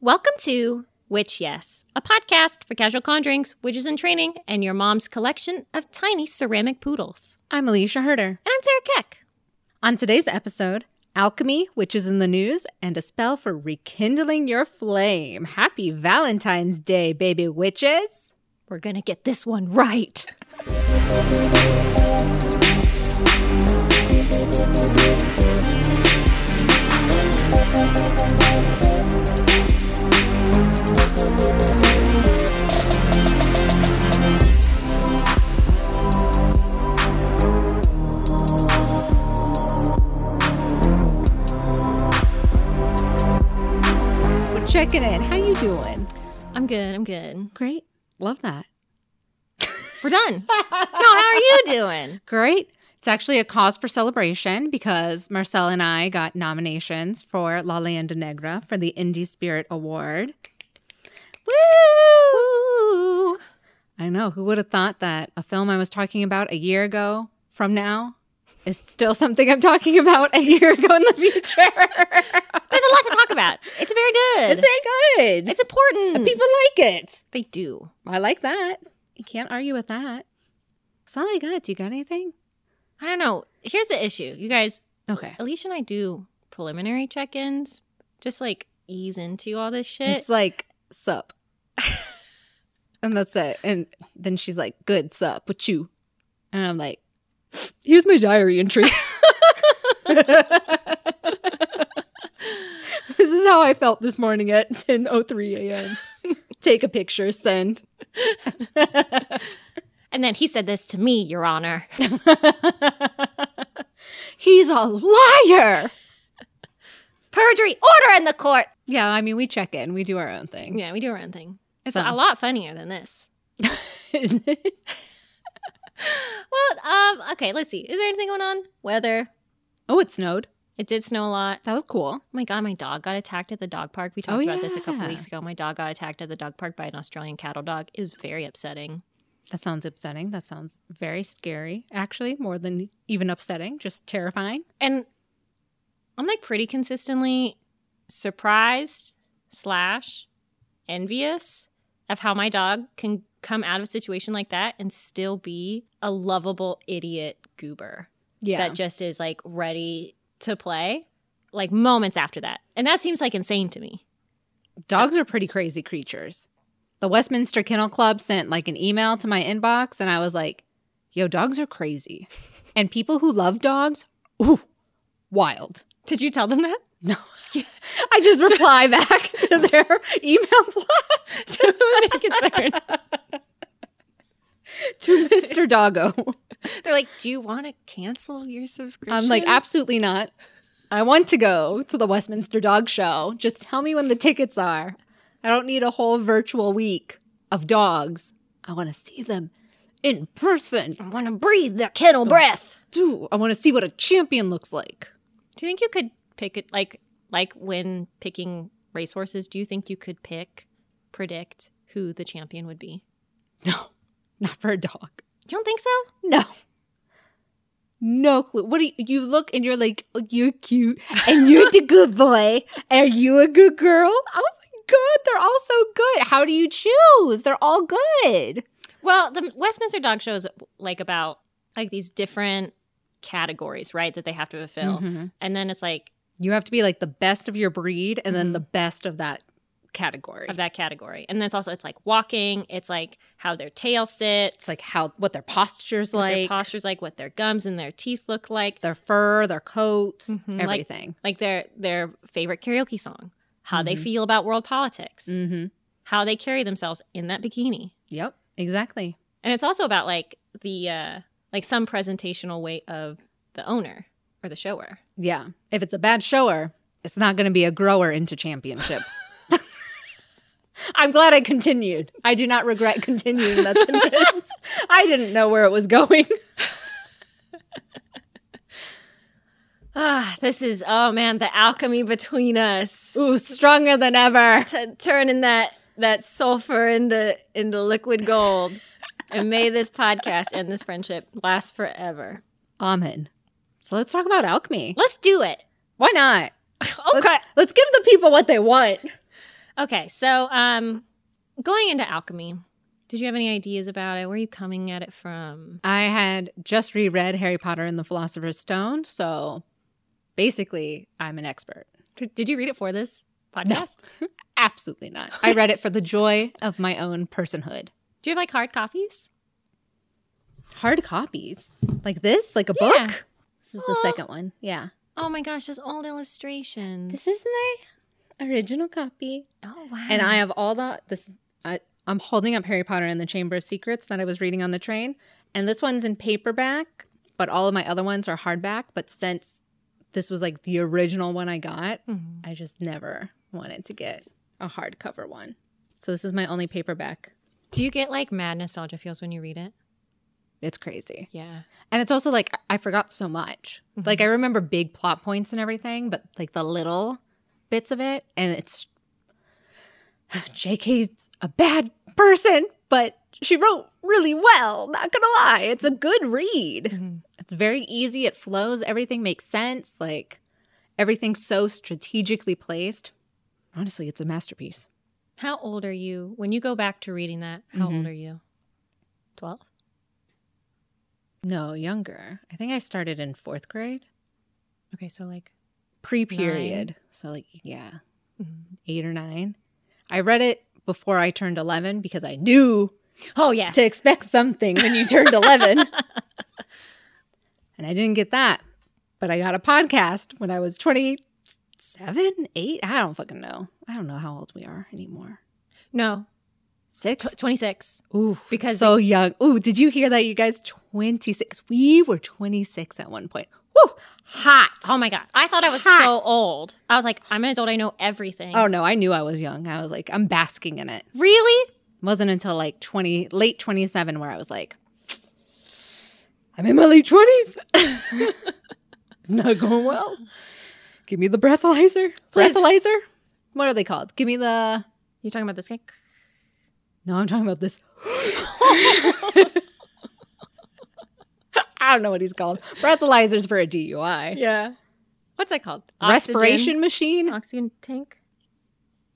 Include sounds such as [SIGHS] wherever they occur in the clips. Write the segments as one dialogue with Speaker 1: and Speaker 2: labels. Speaker 1: Welcome to Witch Yes, a podcast for casual conjurings, witches in training, and your mom's collection of tiny ceramic poodles.
Speaker 2: I'm Alicia Herder.
Speaker 1: And I'm Tara Keck.
Speaker 2: On today's episode, alchemy, which is in the news, and a spell for rekindling your flame. Happy Valentine's Day, baby witches.
Speaker 1: We're going to get this one right.
Speaker 2: We're checking in. How you doing?
Speaker 1: I'm good. I'm good.
Speaker 2: Great. Love that.
Speaker 1: We're done. no, how are you doing?
Speaker 2: Great. It's actually a cause for celebration because Marcel and I got nominations for La Leyenda Negra for the Indie Spirit Award. Woo! I know. Who would have thought that a film I was talking about a year ago from now is still something I'm talking about a year ago in the future?
Speaker 1: There's a lot to talk about. It's very good.
Speaker 2: it's very good.
Speaker 1: It's important.
Speaker 2: People like it.
Speaker 1: they do.
Speaker 2: I like that. You can't argue with that. That's all I got. Do you got anything?
Speaker 1: I don't know. Here's the issue. You guys,
Speaker 2: Okay.
Speaker 1: Alicia and I do preliminary check ins, just like ease into all this shit.
Speaker 2: It's like sup. and that's it. And then she's like, Good sup, what you? And I'm like, here's my diary entry. [LAUGHS] this is how I felt this morning at 10.03 a.m. Take a picture, send. [LAUGHS]
Speaker 1: and then he said this to me, Your Honor.
Speaker 2: He's a liar.
Speaker 1: Perjury, order in the court.
Speaker 2: Yeah, I mean, we check in. We do our own thing.
Speaker 1: Yeah, we do our own thing. It's
Speaker 2: So-
Speaker 1: a lot funnier than this.
Speaker 2: [LAUGHS] oh,
Speaker 1: [GASPS] Well, um, okay, let's see. Is there anything going on? Weather.
Speaker 2: Oh, it snowed.
Speaker 1: It did snow a lot.
Speaker 2: That was cool.
Speaker 1: Oh my god, my dog got attacked at the dog park. We talked
Speaker 2: Oh,
Speaker 1: about this a couple
Speaker 2: yeah.
Speaker 1: weeks ago. My dog got attacked at the dog park by an Australian cattle dog. It was very upsetting.
Speaker 2: That sounds upsetting. That sounds very scary, actually, more than even upsetting, just terrifying.
Speaker 1: And I'm like pretty consistently surprised slash envious of how my dog can come out of a situation like that and still be a lovable idiot goober.
Speaker 2: Yeah.
Speaker 1: that just is like ready to play like moments after that. And that seems like insane to me.
Speaker 2: Dogs are pretty crazy creatures. The Westminster Kennel Club sent like an email to my inbox, and I was like, yo, dogs are [LAUGHS] crazy. And people who love dogs, ooh, wild.
Speaker 1: Did you tell them that? [LAUGHS]
Speaker 2: No, [LAUGHS] I just reply back to [LAUGHS] their email blast
Speaker 1: To whom they concerned?
Speaker 2: to Mr. [LAUGHS] Doggo.
Speaker 1: [LAUGHS] They're like, "Do you want to cancel your subscription?"
Speaker 2: I'm like, absolutely not. I want to go to the Westminster Dog Show. Just tell me when the tickets are. I don't need a whole virtual week of dogs. I want to see them in person.
Speaker 1: "I want to breathe the kennel breath."
Speaker 2: Do I want to see what a champion looks like?
Speaker 1: Do you think you could pick it like like when picking racehorses? Do you think you could pick predict who the champion would be?
Speaker 2: No, not for a dog.
Speaker 1: You don't think so? [LAUGHS]
Speaker 2: No. No clue. What do you, you look and you're like, "Oh, you're cute and you're the good boy. Are you a good girl? Oh my God, they're all so good. How do you choose? They're all good.
Speaker 1: Well, the Westminster Dog Show is like about like these different categories, right? That they have to fulfill,
Speaker 2: Mm-hmm.
Speaker 1: and then it's like
Speaker 2: You have to be like the best of your breed and then
Speaker 1: Mhm.
Speaker 2: the best of that category.
Speaker 1: of that category. And then it's also it's like walking, it's like how their tail sits,
Speaker 2: It's like how what their posture's
Speaker 1: what
Speaker 2: like,
Speaker 1: their posture's like, what their gums and their teeth look like,
Speaker 2: their fur, their coat,
Speaker 1: Mhm. Like-
Speaker 2: everything.
Speaker 1: like their their favorite karaoke song, how they
Speaker 2: Mhm.
Speaker 1: feel about world politics,
Speaker 2: mm-hmm.
Speaker 1: how they carry themselves in that bikini.
Speaker 2: Yep, exactly.
Speaker 1: And it's also about like the uh like some presentational weight of the owner or the shower.
Speaker 2: Yeah. If it's a bad shower, it's not going to be a grower
Speaker 1: [LAUGHS]
Speaker 2: into championship. I'm glad I continued. I do not regret continuing that
Speaker 1: [LAUGHS]
Speaker 2: sentence. I didn't know where it was going.
Speaker 1: Ah, this is oh man, the alchemy between us.
Speaker 2: Ooh, stronger than ever.
Speaker 1: T- turning that that sulfur into into liquid gold. and may this podcast and this friendship last forever.
Speaker 2: Amen. So let's talk about alchemy.
Speaker 1: Let's do it.
Speaker 2: Why not?
Speaker 1: Okay.
Speaker 2: Let's give the people what they want.
Speaker 1: Okay, so um, going into alchemy, did you have any ideas about it? Where are you coming at it from?
Speaker 2: I had just reread Harry Potter and the Philosopher's Stone, so basically, I'm an expert.
Speaker 1: Did you read it for this podcast?
Speaker 2: Absolutely not. I read it for the joy of my own personhood.
Speaker 1: Do you have like hard copies?
Speaker 2: Hard copies like this, like a
Speaker 1: Yeah.
Speaker 2: book. This is the
Speaker 1: Aw.
Speaker 2: second one. Yeah,
Speaker 1: Oh my gosh, those old illustrations.
Speaker 2: this is my original copy,
Speaker 1: oh wow.
Speaker 2: and I have all the this. I, I'm holding up Harry Potter and the Chamber of Secrets that I was reading on the train, and this one's in paperback, but all of my other ones are hardback. But since this was like the original one I got,
Speaker 1: Mhm.
Speaker 2: I just never wanted to get a hardcover one. So this is my only paperback.
Speaker 1: Do you get like mad nostalgia feels when you read it?
Speaker 2: It's crazy.
Speaker 1: Yeah.
Speaker 2: And it's also like I forgot so much.
Speaker 1: Mhm.
Speaker 2: Like I remember big plot points and everything, but like the little bits of it and it's [SIGHS] JK's a bad person, but she wrote really well, not going to lie. It's a good read.
Speaker 1: Mhm.
Speaker 2: It's very easy, it flows, everything makes sense, like everything's so strategically placed. Honestly, it's a masterpiece.
Speaker 1: How old are you when you go back to reading that? How old
Speaker 2: Mhm.
Speaker 1: are you? 12?
Speaker 2: No, younger. I think I started in 4th grade,
Speaker 1: Okay, so like
Speaker 2: pre-period. So like yeah.
Speaker 1: mhm.
Speaker 2: eight or nine. I read it before I turned 11 because I knew
Speaker 1: Oh yes.
Speaker 2: to expect something when you turned 11. [LAUGHS] and I didn't get that. But I got a podcast when I was 27, 8. I don't fucking know. I don't know how old we are anymore.
Speaker 1: No,
Speaker 2: Six?
Speaker 1: tw- 26.
Speaker 2: Ooh,
Speaker 1: because-
Speaker 2: because so young. Ooh, did you hear that, you guys? 26. We were 26 at one point. Woo, hot.
Speaker 1: Oh my god. I thought I was so
Speaker 2: Hot.
Speaker 1: old. I was like, I'm an adult, I know everything.
Speaker 2: oh no, I knew I was young. I was like, I'm basking in it.
Speaker 1: really?
Speaker 2: wasn't until like 20 late 27 where i was like [SNIFFS] i'm in my late 20s [LAUGHS] It's not going well give me the breathalyzer
Speaker 1: Please.
Speaker 2: breathalyzer what are they called give me the
Speaker 1: You talking about this guy?
Speaker 2: no i'm talking about this [LAUGHS] i don't know what he's called breathalyzers for a dui
Speaker 1: Yeah. What's that called? Oxygen-
Speaker 2: respiration machine
Speaker 1: Oxygen tank.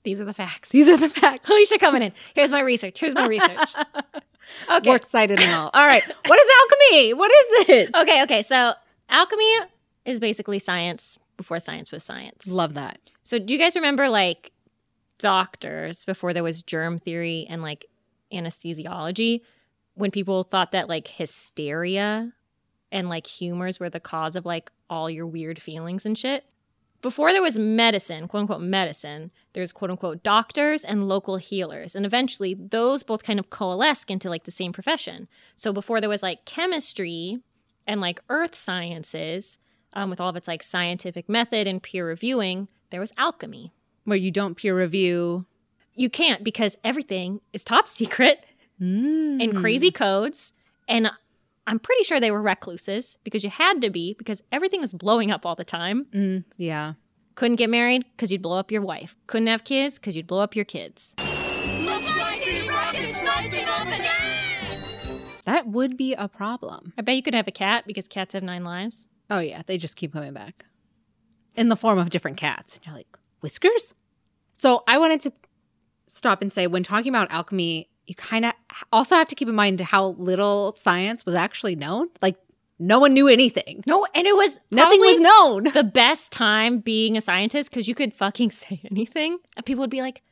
Speaker 1: These are the facts.
Speaker 2: these are the
Speaker 1: [LAUGHS]
Speaker 2: facts
Speaker 1: Alicia coming in. Here's my research. Here's my
Speaker 2: [LAUGHS]
Speaker 1: research. Okay.
Speaker 2: we're excited and all all right what is alchemy what
Speaker 1: [LAUGHS]
Speaker 2: is this
Speaker 1: Okay, okay. So alchemy is basically science before science was science.
Speaker 2: love that
Speaker 1: So do you guys remember like doctors before there was germ theory and like anesthesiology when people thought that like hysteria and like humors were the cause of like all your weird feelings and shit? Before there was medicine, quote unquote medicine, there's quote unquote doctors and local healers. And eventually those both kind of coalesce into like the same profession. So before there was like chemistry and like earth sciences, um, with all of its like scientific method and peer reviewing, there was alchemy.
Speaker 2: where you don't peer review
Speaker 1: You can't because everything is top [LAUGHS] secret
Speaker 2: Mm.
Speaker 1: and crazy codes. And I'm pretty sure they were recluses because you had to be because everything was blowing up all the time.
Speaker 2: Mm, yeah.
Speaker 1: Couldn't get married because you'd blow up your wife. Couldn't have kids because you'd blow up your kids.
Speaker 3: Look like he broke his knife in on the day!
Speaker 2: That would be a problem.
Speaker 1: I bet you could have a cat because cats have nine lives.
Speaker 2: Oh, yeah. They just keep coming back in the form of different cats. And you're like, whiskers? So I wanted to stop and say when talking about alchemy, you kind of also have to keep in mind how little science was actually known. Like, no one knew anything,
Speaker 1: No, and it was
Speaker 2: nothing
Speaker 1: probably
Speaker 2: was known.
Speaker 1: the best time being a scientist because you could fucking [LAUGHS] say anything and people would be like,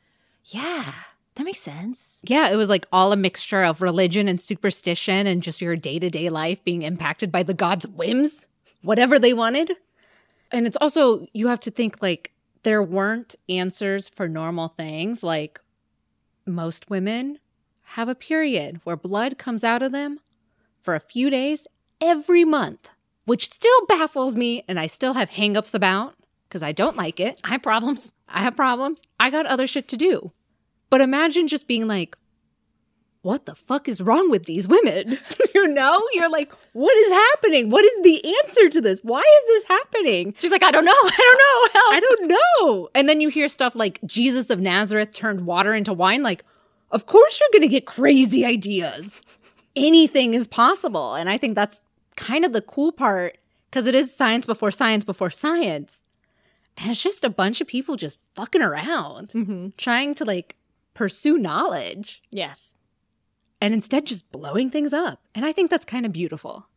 Speaker 1: yeah, that makes sense.
Speaker 2: Yeah, it was like all a mixture of religion and superstition and just your day to day life being impacted by the gods' whims, whatever they wanted. And it's also, you have to think like there weren't answers for normal things. Like most women have a period where blood comes out of them for a few days every month, which still baffles me and I still have hangups about because I don't like it.
Speaker 1: I have problems.
Speaker 2: I have problems. I got other shit to do. But imagine just being like, what the fuck is wrong with these women? [LAUGHS] you know? You're like, what is happening? What is the answer to this? Why is this happening?
Speaker 1: She's like, I don't know. [LAUGHS] I don't know.
Speaker 2: I don't know. And then you hear stuff like Jesus of Nazareth turned water into wine. Like, of course you're going to get crazy ideas. Anything is possible. And I think that's kind of the cool part because it is science before science before science. And it's just a bunch of people just fucking around,
Speaker 1: hmm
Speaker 2: trying to like pursue knowledge
Speaker 1: Yes.
Speaker 2: and instead just blowing things up. And I think that's kind of beautiful.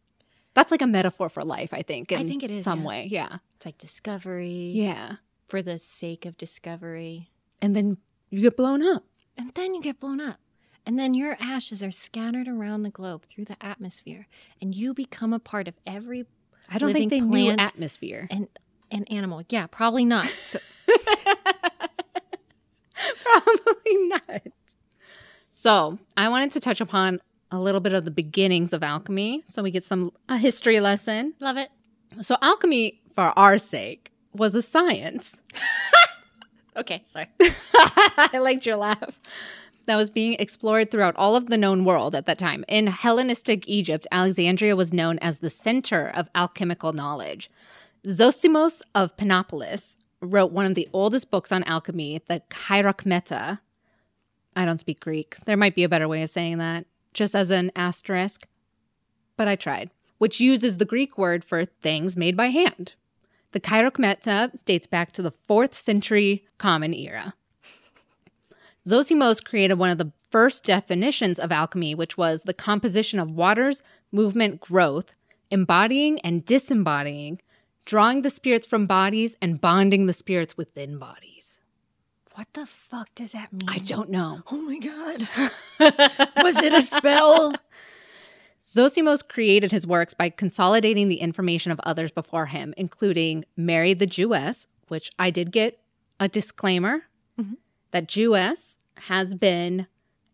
Speaker 2: That's like a metaphor for life, I think.
Speaker 1: I
Speaker 2: in
Speaker 1: think it is,
Speaker 2: Some
Speaker 1: yeah.
Speaker 2: way. Yeah.
Speaker 1: It's like discovery
Speaker 2: Yeah.
Speaker 1: for the sake of discovery.
Speaker 2: And then you get blown up.
Speaker 1: And then you get blown up. And then your ashes are scattered around the globe through the atmosphere. And you become a part of every
Speaker 2: I don't think they
Speaker 1: Living
Speaker 2: knew
Speaker 1: plant.
Speaker 2: atmosphere.
Speaker 1: an, an animal. Yeah, probably [LAUGHS] not. So,
Speaker 2: [LAUGHS] Probably not. So, I wanted to touch upon a little bit of the beginnings of alchemy so we get some a history lesson.
Speaker 1: love it.
Speaker 2: So, alchemy for our sake was a science.
Speaker 1: Okay, sorry.
Speaker 2: [LAUGHS] I liked your laugh. That was being explored throughout all of the known world at that time. In Hellenistic Egypt, Alexandria was known as the center of alchemical knowledge. Zostimos of Panopolis wrote one of the oldest books on alchemy, the Chirokmeta. I don't speak Greek. There might be a better way of saying that, just as an asterisk, but I tried, which uses the Greek word for things made by hand. The Chirokmeta dates back to the 4th century Common Era. Zosimos created one of the first definitions of alchemy, which was the composition of waters, movement, growth, embodying and disembodying, drawing the spirits from bodies, and bonding the spirits within bodies.
Speaker 1: [LAUGHS] What the fuck does that mean?
Speaker 2: I don't know.
Speaker 1: Oh my [LAUGHS] god. Was it a spell?
Speaker 2: Zosimos created his works by consolidating the information of others before him, including Mary the Jewess, which I did get a disclaimer
Speaker 1: Mhm.
Speaker 2: that Jewess has been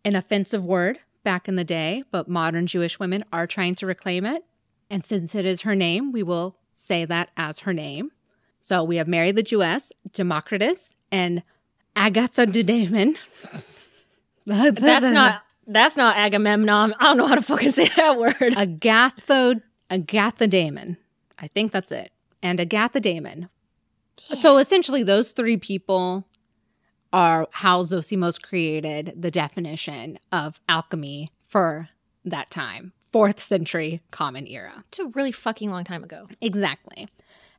Speaker 2: an offensive word back in the day, but modern Jewish women are trying to reclaim it. And since it is her name, we will say that as her name. So we have Mary the Jewess, Democritus, and Agatha de Damon.
Speaker 1: [LAUGHS]
Speaker 2: [LAUGHS]
Speaker 1: That's [LAUGHS] not that's not Agamemnon. I don't know how to fucking say that word.
Speaker 2: Agatho Agatha Damon. I think that's it. And Agatha Damon. So essentially those three people are how Zosimos created the definition of alchemy for that time. Fourth century common era.
Speaker 1: It's a really fucking long time ago.
Speaker 2: Exactly.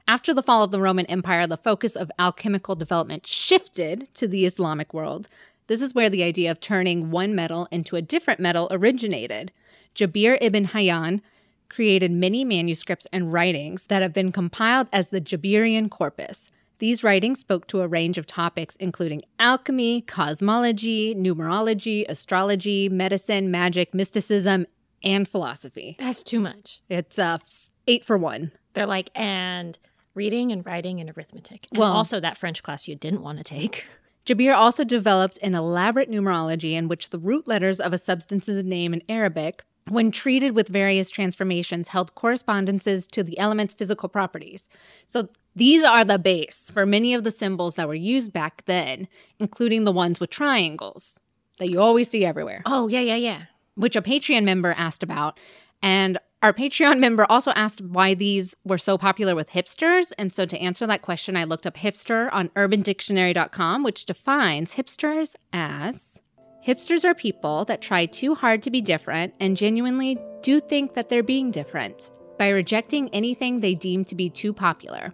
Speaker 2: After the fall of the Roman Empire, the focus of alchemical development shifted to the Islamic world. This is where the idea of turning one metal into a different metal originated. Jabir ibn Hayyan created many manuscripts and writings that have been compiled as the Jabirian corpus. These writings spoke to a range of topics including alchemy, cosmology, numerology, astrology, medicine, magic, mysticism, and philosophy.
Speaker 1: That's too much.
Speaker 2: It's uh, f- eight for one.
Speaker 1: They're like and reading and writing and arithmetic. And
Speaker 2: Well-
Speaker 1: also that French class you didn't want to take. [LAUGHS]
Speaker 2: Jabir also developed an elaborate numerology in which the root letters of a substance's name in Arabic, when treated with various transformations, held correspondences to the element's physical properties. So these are the base for many of the symbols that were used back then, including the ones with triangles that you always see everywhere
Speaker 1: Oh, yeah, yeah, yeah.
Speaker 2: which a Patreon member asked about. And our Patreon [LAUGHS] member also asked why these were so popular with hipsters. And so, to answer that question, I looked up hipster on urbandictionary.com, which defines hipsters as hipsters are people that try too hard to be different and genuinely do think that they're being different by rejecting anything they deem to be too popular.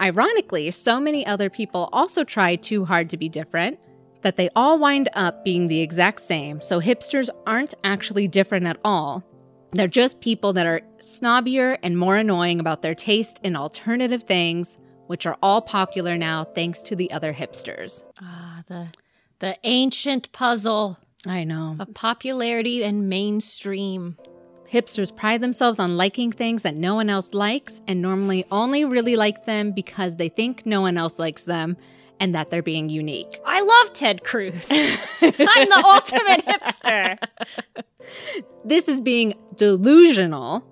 Speaker 2: Ironically, so many other people also try too hard to be different that they all wind up being the exact same, so hipsters aren't actually different at all. They're just people that are snobbier and more annoying about their taste in alternative things, which are all popular now thanks to the other hipsters.
Speaker 1: Ah, the the ancient puzzle
Speaker 2: I know.
Speaker 1: of popularity and mainstream.
Speaker 2: Hipsters pride themselves on liking things that no one else likes and normally only really like them because they think no one else likes them and that they're being unique.
Speaker 1: I love Ted [LAUGHS] Cruz. I'm the ultimate hipster.
Speaker 2: This is being delusional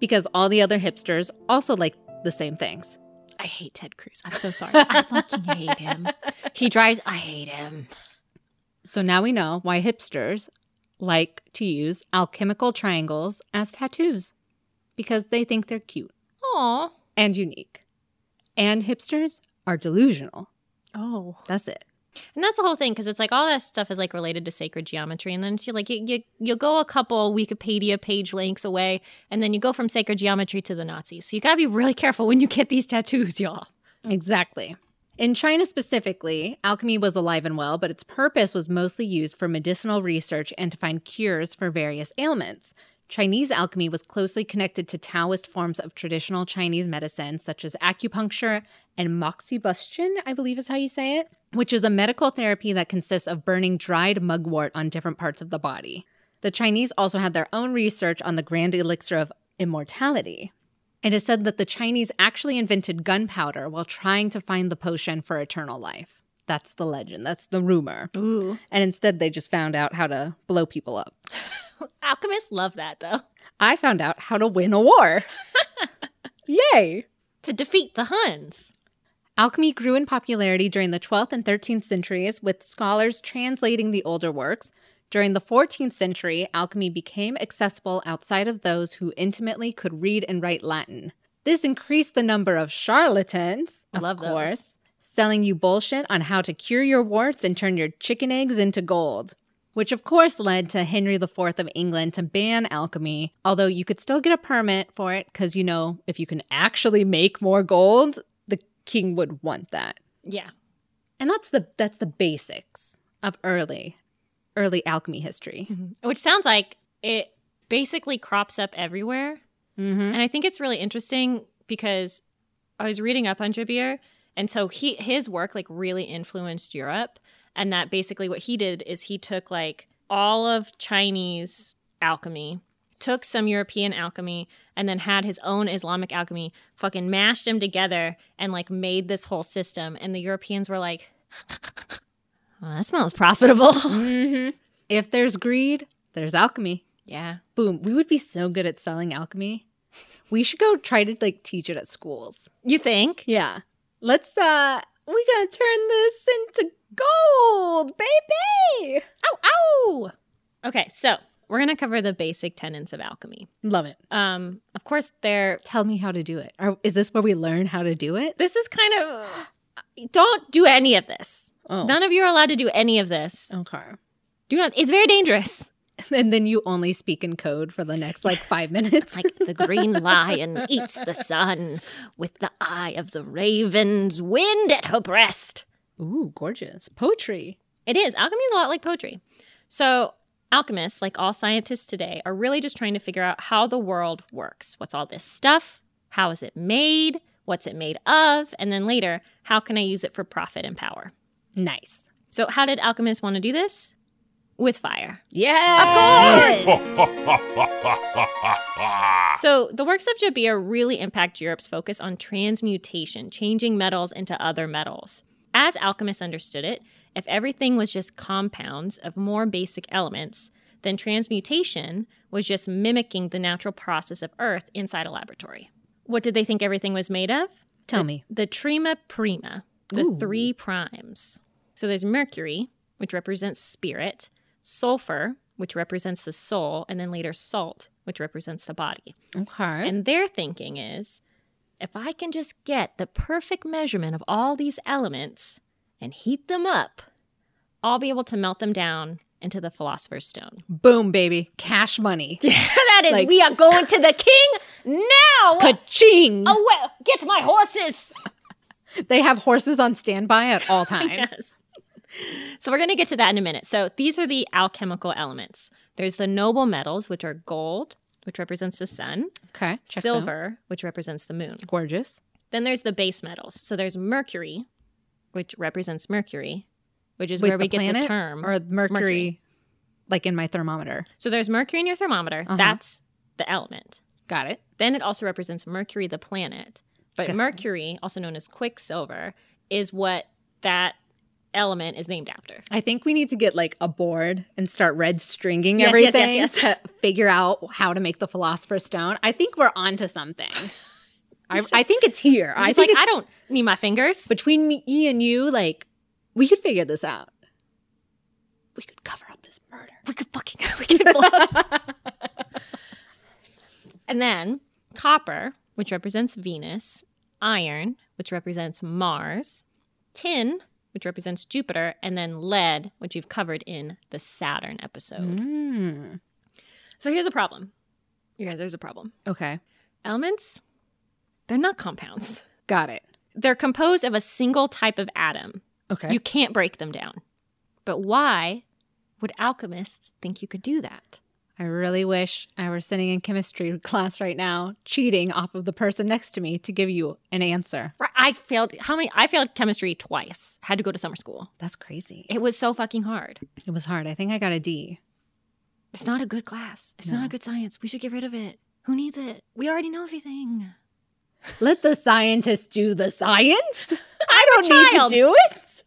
Speaker 2: because all the other hipsters also like the same things.
Speaker 1: [LAUGHS] I hate Ted Cruz. I'm so sorry. I fucking hate him. He drives. I hate him.
Speaker 2: So now we know why hipsters like to use alchemical triangles as tattoos because they think they're cute
Speaker 1: Aw.
Speaker 2: and unique. And hipsters are delusional.
Speaker 1: Oh.
Speaker 2: That's it.
Speaker 1: And that's the whole thing because it's like all that stuff is like related to sacred geometry, and then she like you, you you go a couple Wikipedia page links away, and then you go from sacred geometry to the Nazis. So you gotta be really careful when you get these tattoos, y'all.
Speaker 2: Exactly. In China specifically, alchemy was alive and well, but its purpose was mostly used for medicinal research and to find cures for various ailments. Chinese alchemy was closely connected to Taoist forms of traditional Chinese medicine, such as acupuncture and moxibustion, I believe is how you say it, which is a medical therapy that consists of burning dried mugwort on different parts of the body. The Chinese also had their own research on the grand elixir of immortality. It is said that the Chinese actually invented gunpowder while trying to find the potion for eternal life. That's the legend, that's the rumor.
Speaker 1: Ooh.
Speaker 2: And instead, they just found out how to blow people up.
Speaker 1: Alchemists love that though.
Speaker 2: I found out how to win a war. Yay!
Speaker 1: To defeat the Huns.
Speaker 2: Alchemy grew in popularity during the 12th and 13th centuries, with scholars translating the older works. During the 14th century, alchemy became accessible outside of those who intimately could read and write Latin. This increased the number of charlatans,
Speaker 1: I
Speaker 2: of
Speaker 1: love those.
Speaker 2: course, selling you bullshit on how to cure your warts and turn your chicken eggs into gold, which of course led to Henry IV of England to ban alchemy, although you could still get a permit for it because, you know, if you can actually make more gold, the king would want that.
Speaker 1: Yeah.
Speaker 2: And that's the that's the basics of early early alchemy history.
Speaker 1: Mm-hmm. Which sounds like it basically crops up everywhere.
Speaker 2: Mm-hmm.
Speaker 1: And I think it's really interesting because I was reading up on Jabir, and so he his work like really influenced Europe, and that basically what he did is he took like all of Chinese alchemy, took some European alchemy, and then had his own Islamic alchemy, fucking mashed them together, and like made this whole system. And the Europeans were like, "Well, "That smells profitable." [LAUGHS]
Speaker 2: Mm-hmm. If there's greed, there's alchemy.
Speaker 1: yeah,
Speaker 2: Boom. We would be so good at selling alchemy. We should go try to like teach it at schools.
Speaker 1: you think?
Speaker 2: Yeah. Let's uh we gonna turn this into gold, baby.
Speaker 1: Ow, ow. Okay, so we're gonna cover the basic tenets of alchemy.
Speaker 2: Love it.
Speaker 1: um of course there
Speaker 2: Tell me how to do it. Or is this where we learn how to do it?
Speaker 1: this is kind of don't do any of this
Speaker 2: Oh.
Speaker 1: none of you are allowed to do any of this
Speaker 2: okay. [LAUGHS]
Speaker 1: do not it's very dangerous
Speaker 2: And then you only speak in code for the next like five [LAUGHS] minutes.
Speaker 1: like the green lion eats the sun with the eye of the raven's wind at her breast
Speaker 2: Ooh, gorgeous. Poetry.
Speaker 1: It is. Alchemy is a lot like poetry. So, alchemists, like all scientists today, are really just trying to figure out how the world works. What's all this stuff? How is it made? What's it made of? And then later, how can I use it for profit and power?
Speaker 2: Nice.
Speaker 1: So, how did alchemists want to do this? With fire.
Speaker 2: Yeah.
Speaker 1: Of course! So, the works of Jabir really impact Europe's focus on transmutation, changing metals into other metals. As alchemists understood it, if everything was just compounds of more basic elements, then transmutation was just mimicking the natural process of Earth inside a laboratory. What did they think everything was made of?
Speaker 2: [LAUGHS] Tell me.
Speaker 1: The trima prima, the
Speaker 2: Ooh.
Speaker 1: three primes. So there's mercury, which represents spirit, sulfur, which represents the soul, and then later salt, which represents the body.
Speaker 2: Okay.
Speaker 1: And their thinking is if I can just get the perfect measurement of all these elements and heat them up, I'll be able to melt them down into the philosopher's
Speaker 2: [LAUGHS]
Speaker 1: stone. [LAUGHS]
Speaker 2: Boom, baby. Cash money.
Speaker 1: Yeah, that is,
Speaker 2: Like-
Speaker 1: we are going to the king now.
Speaker 2: Ka-ching!
Speaker 1: oh, well, get my horses.
Speaker 2: They have horses on standby at [LAUGHS] all times.
Speaker 1: Yes. [LAUGHS] So we're going to get to that in a minute. So these are the alchemical elements. There's the noble metals, which are gold, which represents the sun,
Speaker 2: Okay. checks out.
Speaker 1: silver, which represents the moon.
Speaker 2: Gorgeous.
Speaker 1: Then there's the base metals. So there's mercury, which represents Mercury, which is
Speaker 2: Wait,
Speaker 1: where we
Speaker 2: the
Speaker 1: get the
Speaker 2: planet
Speaker 1: term.
Speaker 2: Or mercury,
Speaker 1: Mercury.
Speaker 2: like in my thermometer.
Speaker 1: so there's mercury in your thermometer.
Speaker 2: Uh-huh.
Speaker 1: That's the element.
Speaker 2: Got it.
Speaker 1: Then it also represents Mercury, the planet. But
Speaker 2: Got it.
Speaker 1: mercury, also known as quicksilver, is what that element is named after.
Speaker 2: I think we need to get like a board and start red stringing
Speaker 1: Yes, yes, yes,
Speaker 2: everything
Speaker 1: yes.
Speaker 2: to figure out how to make the philosopher's stone. I think we're onto something.
Speaker 1: [LAUGHS]
Speaker 2: I, I think it's here. I
Speaker 1: I
Speaker 2: think
Speaker 1: like,
Speaker 2: it's,
Speaker 1: I don't need my fingers.
Speaker 2: between me E and you, like we could figure this out. We could cover up this murder.
Speaker 1: we could fucking [LAUGHS] we could blow And then copper, which represents Venus, iron, which represents Mars, tin, which represents Jupiter, and then lead, which we've covered in the Saturn episode.
Speaker 2: [LAUGHS] Mm.
Speaker 1: So here's a problem. You guys, there's a problem.
Speaker 2: Okay.
Speaker 1: Elements, they're not compounds.
Speaker 2: Got it.
Speaker 1: They're composed of a single type of atom.
Speaker 2: Okay.
Speaker 1: You can't break them down. But why would alchemists think you could do that?
Speaker 2: I really wish I were sitting in chemistry [LAUGHS] class right now, cheating off of the person next to me to give you an answer.
Speaker 1: Right, I failed how many I failed chemistry twice. Had to go to summer school.
Speaker 2: That's crazy.
Speaker 1: It was so fucking hard.
Speaker 2: It was hard. I think I got a D.
Speaker 1: It's not a good class. It's
Speaker 2: No.
Speaker 1: not a good science. We should get rid of it. Who needs it? We already know [LAUGHS] everything.
Speaker 2: Let the scientists do
Speaker 1: [LAUGHS]
Speaker 2: the science. I
Speaker 1: I'm a
Speaker 2: don't need to
Speaker 1: child.
Speaker 2: do it.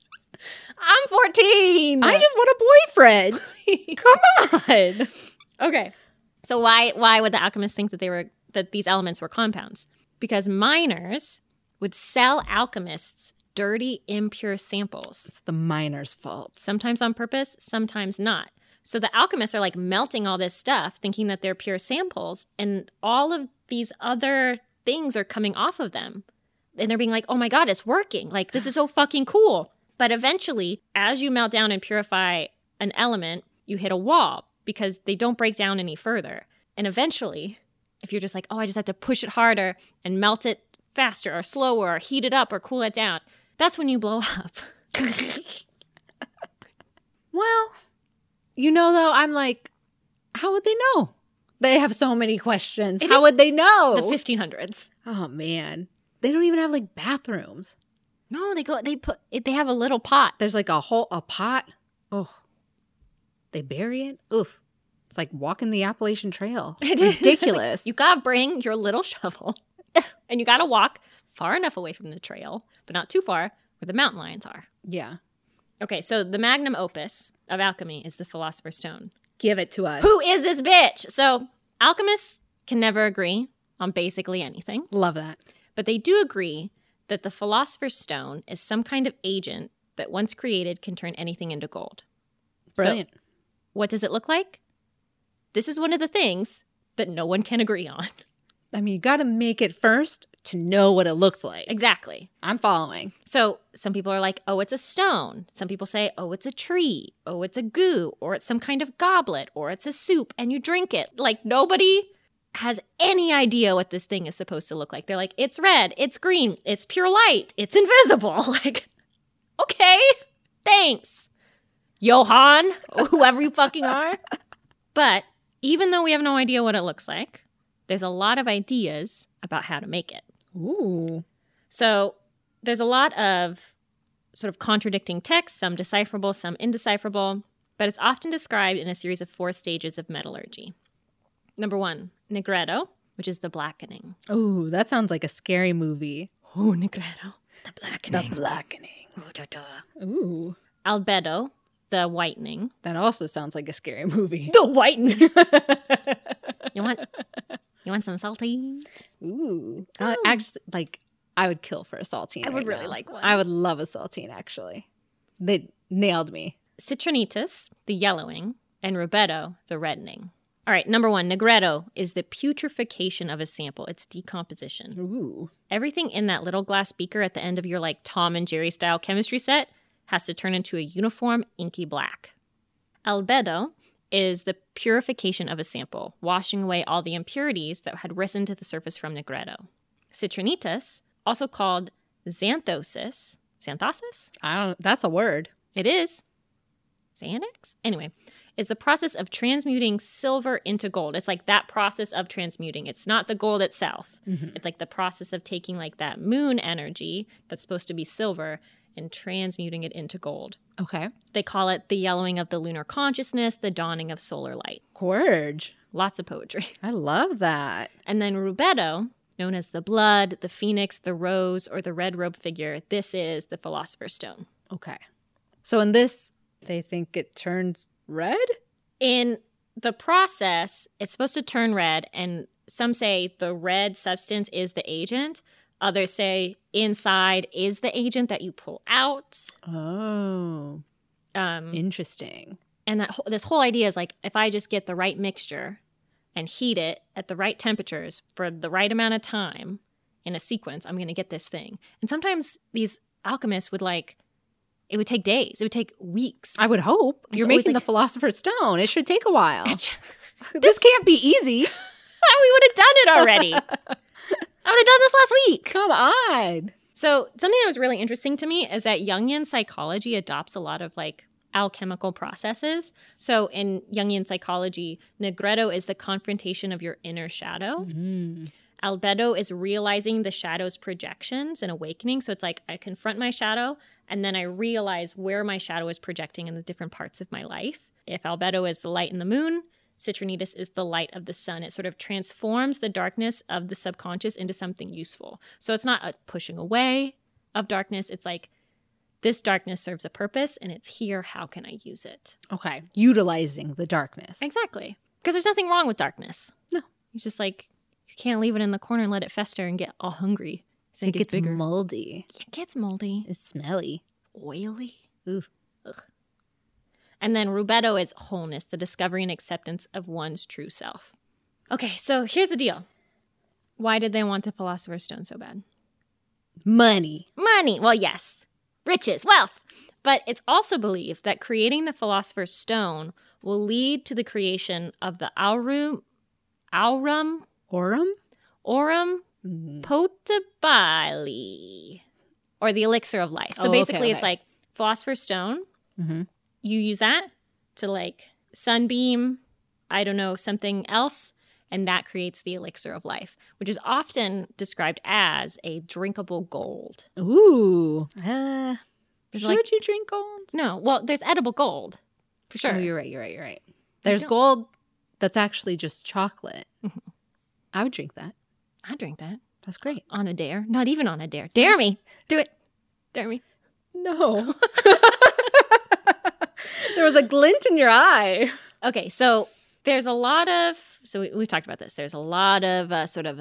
Speaker 1: I'm 14.
Speaker 2: I just want a boyfriend. Come on.
Speaker 1: [LAUGHS] Okay. So why why would the alchemists think that they were that these elements were compounds? Because miners would sell alchemists dirty impure samples,
Speaker 2: It's the miner's fault.
Speaker 1: sometimes on purpose, sometimes not. So the alchemists are like melting all this stuff thinking that they're pure samples and all of these other things are coming off of them. And they're being like, "Oh my god, it's working. Like this is so fucking cool." But eventually, as you melt down and purify an element, you hit a wall because they don't break down any further. And eventually, if you're just like, oh, I just have to push it harder and melt it faster or slower or heat it up or cool it down, that's when you blow [LAUGHS] up.
Speaker 2: Well, you know, though, I'm like, how would they know? They have so many questions.
Speaker 1: It
Speaker 2: how
Speaker 1: is
Speaker 2: would they know?
Speaker 1: The 1500s.
Speaker 2: oh, man. They don't even have like bathrooms.
Speaker 1: No, they go, they put, they have a little pot.
Speaker 2: There's like a whole a pot. Oh, they bury it. Oof, it's like walking the Appalachian [LAUGHS] Trail.
Speaker 1: It is. It's like,
Speaker 2: Ridiculous.
Speaker 1: you gotta bring your little [LAUGHS] shovel and you gotta walk far enough away from the trail, but not too far where the mountain lions are.
Speaker 2: yeah,
Speaker 1: Okay, so the magnum opus of alchemy is the Philosopher's Stone.
Speaker 2: give it to us.
Speaker 1: Who is this bitch? So, alchemists can never agree on basically anything,
Speaker 2: Love that.
Speaker 1: but they do agree that the Philosopher's Stone is some kind of agent that, once created, can turn anything into gold. So-
Speaker 2: Brilliant.
Speaker 1: what does it look like? This is one of the things that no one can agree on. [LAUGHS]
Speaker 2: I mean, you got to make it first to know what it looks like.
Speaker 1: exactly.
Speaker 2: I'm following.
Speaker 1: So, some people are like, oh, it's a stone. Some people say, oh, it's a tree. Oh, it's a goo. Or it's some kind of goblet. Or it's a soup and you drink it. Like, nobody has any idea what this thing is supposed to look like. They're like, it's red. It's green. It's pure light. It's invisible. [LAUGHS] Like, okay. Thanks, Johan, or whoever you fucking are. But even though we have no idea what it looks like, there's a lot of ideas about how to make it.
Speaker 2: Ooh,
Speaker 1: So there's a lot of sort of contradicting texts, some decipherable, some indecipherable, but it's often described in a series of four stages of metallurgy. Number one, negretto, which is the blackening.
Speaker 2: ooh, that sounds like a scary movie.
Speaker 1: Oh, negretto. The blackening.
Speaker 2: blackening. Ooh,
Speaker 1: Albedo, the whitening.
Speaker 2: that also sounds like a scary [LAUGHS] movie.
Speaker 1: The whitening. [LAUGHS] You want you want some saltines?
Speaker 2: ooh, I,
Speaker 1: Ooh. oh.
Speaker 2: actually, Uh, like I would kill for a saltine.
Speaker 1: I would
Speaker 2: right
Speaker 1: really
Speaker 2: now.
Speaker 1: like one.
Speaker 2: I would love a saltine. Actually, they nailed me.
Speaker 1: Citrinitis, the yellowing, and rubetto, the reddening. All right, number one, negretto is the putrefaction of a sample. It's decomposition.
Speaker 2: Ooh.
Speaker 1: Everything in that little glass beaker at the end of your like Tom and Jerry style chemistry set has to turn into a uniform inky black. Albedo is the purification of a sample, washing away all the impurities that had risen to the surface from Negretto. Citrinitis, also called xanthosis, xanthosis?
Speaker 2: I don't that's a word.
Speaker 1: It is. Xanax? Anyway, is the process of transmuting silver into gold. It's like that process of transmuting. It's not the gold itself. It's like the process of taking like that moon energy that's supposed to be silver and transmuting it into gold.
Speaker 2: Okay.
Speaker 1: They call it the yellowing of the lunar consciousness, the dawning of solar light.
Speaker 2: Gorge.
Speaker 1: Lots of poetry. [LAUGHS]
Speaker 2: I love that.
Speaker 1: And then Rubetto, known as the blood, the phoenix, the rose, or the red robe figure, this is the philosopher's stone.
Speaker 2: Okay. So in this they think it turns red?
Speaker 1: in the process, it's supposed to turn red, and some say the red substance is the agent. Others say inside is the agent that you pull out.
Speaker 2: Oh.
Speaker 1: Um,
Speaker 2: Interesting.
Speaker 1: and that whole, this whole idea is like if I just get the right mixture and heat it at the right temperatures for the right amount of time in a sequence, I'm going to get this thing. And sometimes these alchemists would like it would take days, it would take weeks.
Speaker 2: I would hope.
Speaker 1: It's
Speaker 2: You're
Speaker 1: always
Speaker 2: making
Speaker 1: like-
Speaker 2: the philosopher's stone. It should take a
Speaker 1: [LAUGHS]
Speaker 2: while.
Speaker 1: Bitch. [LAUGHS]
Speaker 2: [LAUGHS] this can't be easy. [LAUGHS]
Speaker 1: we would have done it already. I would have done this last week.
Speaker 2: Come on.
Speaker 1: So, something that was really interesting to me is that Jungian psychology adopts a lot of like alchemical processes. So, in Jungian psychology, negretto is the confrontation of your inner shadow. Mm-hmm. Albedo is realizing the shadow's projections and awakening. So, it's like I confront my shadow and then I realize where my shadow is projecting in the different parts of my life. If albedo is the light in the moon, Citrinitas is the light of the sun. It sort of transforms the darkness of the subconscious into something useful. So it's not a pushing away of darkness. It's like this darkness serves a purpose and it's here. How can I use it?
Speaker 2: Okay. Utilizing the darkness.
Speaker 1: Exactly. Because there's nothing wrong with darkness.
Speaker 2: No.
Speaker 1: It's just like you can't leave it in the corner and let it fester and get all hungry. So
Speaker 2: It gets
Speaker 1: bigger.
Speaker 2: moldy.
Speaker 1: it gets moldy
Speaker 2: It's smelly.
Speaker 1: oily.
Speaker 2: Ooh.
Speaker 1: Ugh. And then rubetto is wholeness, the discovery and acceptance of one's true self. Okay, so here's the deal. Why did they want the Philosopher's Stone so bad?
Speaker 2: Money.
Speaker 1: Money. Well, yes. Riches, wealth. But it's also believed that creating the Philosopher's Stone will lead to the creation of the Aurum, Aurum,
Speaker 2: Orum?
Speaker 1: Aurum
Speaker 2: Mm.
Speaker 1: Potabali, or the elixir of life. So
Speaker 2: Oh, okay,
Speaker 1: basically, it's
Speaker 2: okay.
Speaker 1: like Philosopher's Stone,
Speaker 2: Mhm.
Speaker 1: you use that to like sunbeam, I don't know, something else, and that creates the elixir of life, which is often described as a drinkable gold.
Speaker 2: Ooh. Uh,
Speaker 1: There's
Speaker 2: should
Speaker 1: like-
Speaker 2: you drink gold?
Speaker 1: No, well, there's edible gold for sure.
Speaker 2: Oh, you're right. You're right. You're right. There's
Speaker 1: don't-
Speaker 2: gold that's actually just chocolate.
Speaker 1: Mhm.
Speaker 2: I would drink that.
Speaker 1: I drink that
Speaker 2: That's great.
Speaker 1: on a dare, not even on a dare. Dare me, do it, dare me.
Speaker 2: No. [LAUGHS] there was a glint in your eye.
Speaker 1: Okay, so there's a lot of so we, we've talked about this. There's a lot of uh, sort of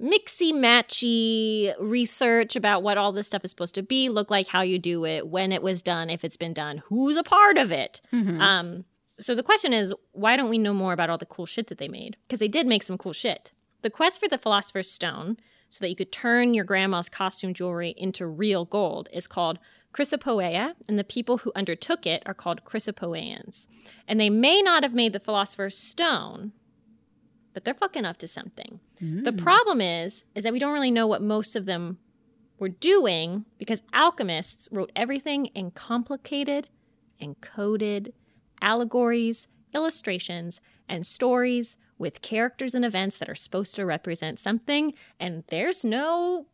Speaker 1: mixy matchy research about what all this stuff is supposed to be, look like, how you do it, when it was done, if it's been done, who's a part of it. Um, so the question is, why don't we know more about all the cool shit that they made? Because they did make some cool shit. The quest for the Philosopher's Stone, so that you could turn your grandma's costume jewelry into real gold, is called Chrysopoeia, and the people who undertook it are called Chrysopoeians. And they may not have made the Philosopher's Stone, but they're fucking up to something.
Speaker 2: Mm. Hmm.
Speaker 1: The problem is, is that we don't really know what most of them were doing because alchemists wrote everything in complicated and coded allegories, illustrations, and stories with characters and events that are supposed to represent something, and there's no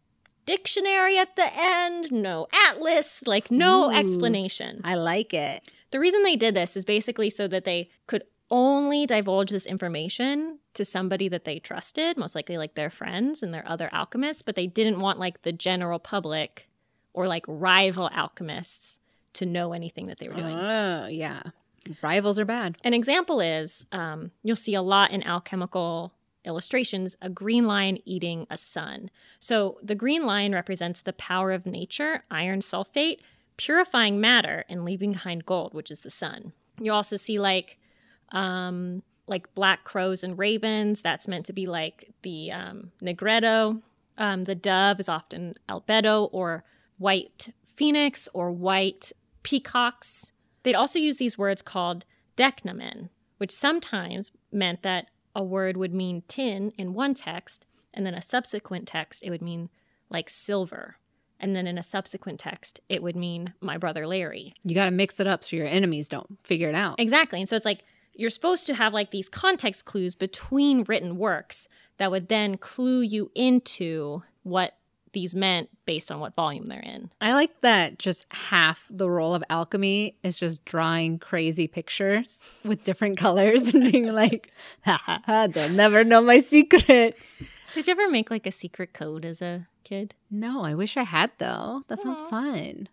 Speaker 1: dictionary at the end, no atlas, like no
Speaker 2: Ooh.
Speaker 1: explanation.
Speaker 2: I like it.
Speaker 1: The reason they did this is basically so that they could only divulge this information to somebody that they trusted, most likely like their friends and their other alchemists, but they didn't want like the general public or like rival alchemists to know anything that they were doing.
Speaker 2: Oh, yeah. Rivals are bad.
Speaker 1: An example is um, you'll see a lot in alchemical illustrations a green lion eating a sun. So the green lion represents the power of nature, iron sulfate, purifying matter and leaving behind gold, which is the sun. You also see like um, like black crows and ravens. That's meant to be like the um, negretto. Um, the dove is often albedo or white phoenix or white peacocks. They'd also use these words called decnamen, which sometimes meant that a word would mean tin in one text, and then a subsequent text, it would mean like silver. And then in a subsequent text, it would mean my brother Larry.
Speaker 2: You got to mix it up so your enemies don't figure it out.
Speaker 1: Exactly. And so it's like you're supposed to have like these context clues between written works that would then clue you into what these meant based on what volume they're in.
Speaker 2: I like that just half the role of alchemy is just drawing crazy pictures with different [LAUGHS] colors and being like, ha, ha, ha, they'll never know my secrets.
Speaker 1: Did you ever make like a secret code as a kid?
Speaker 2: No, I wish I had though. That sounds
Speaker 1: Aw.
Speaker 2: fun.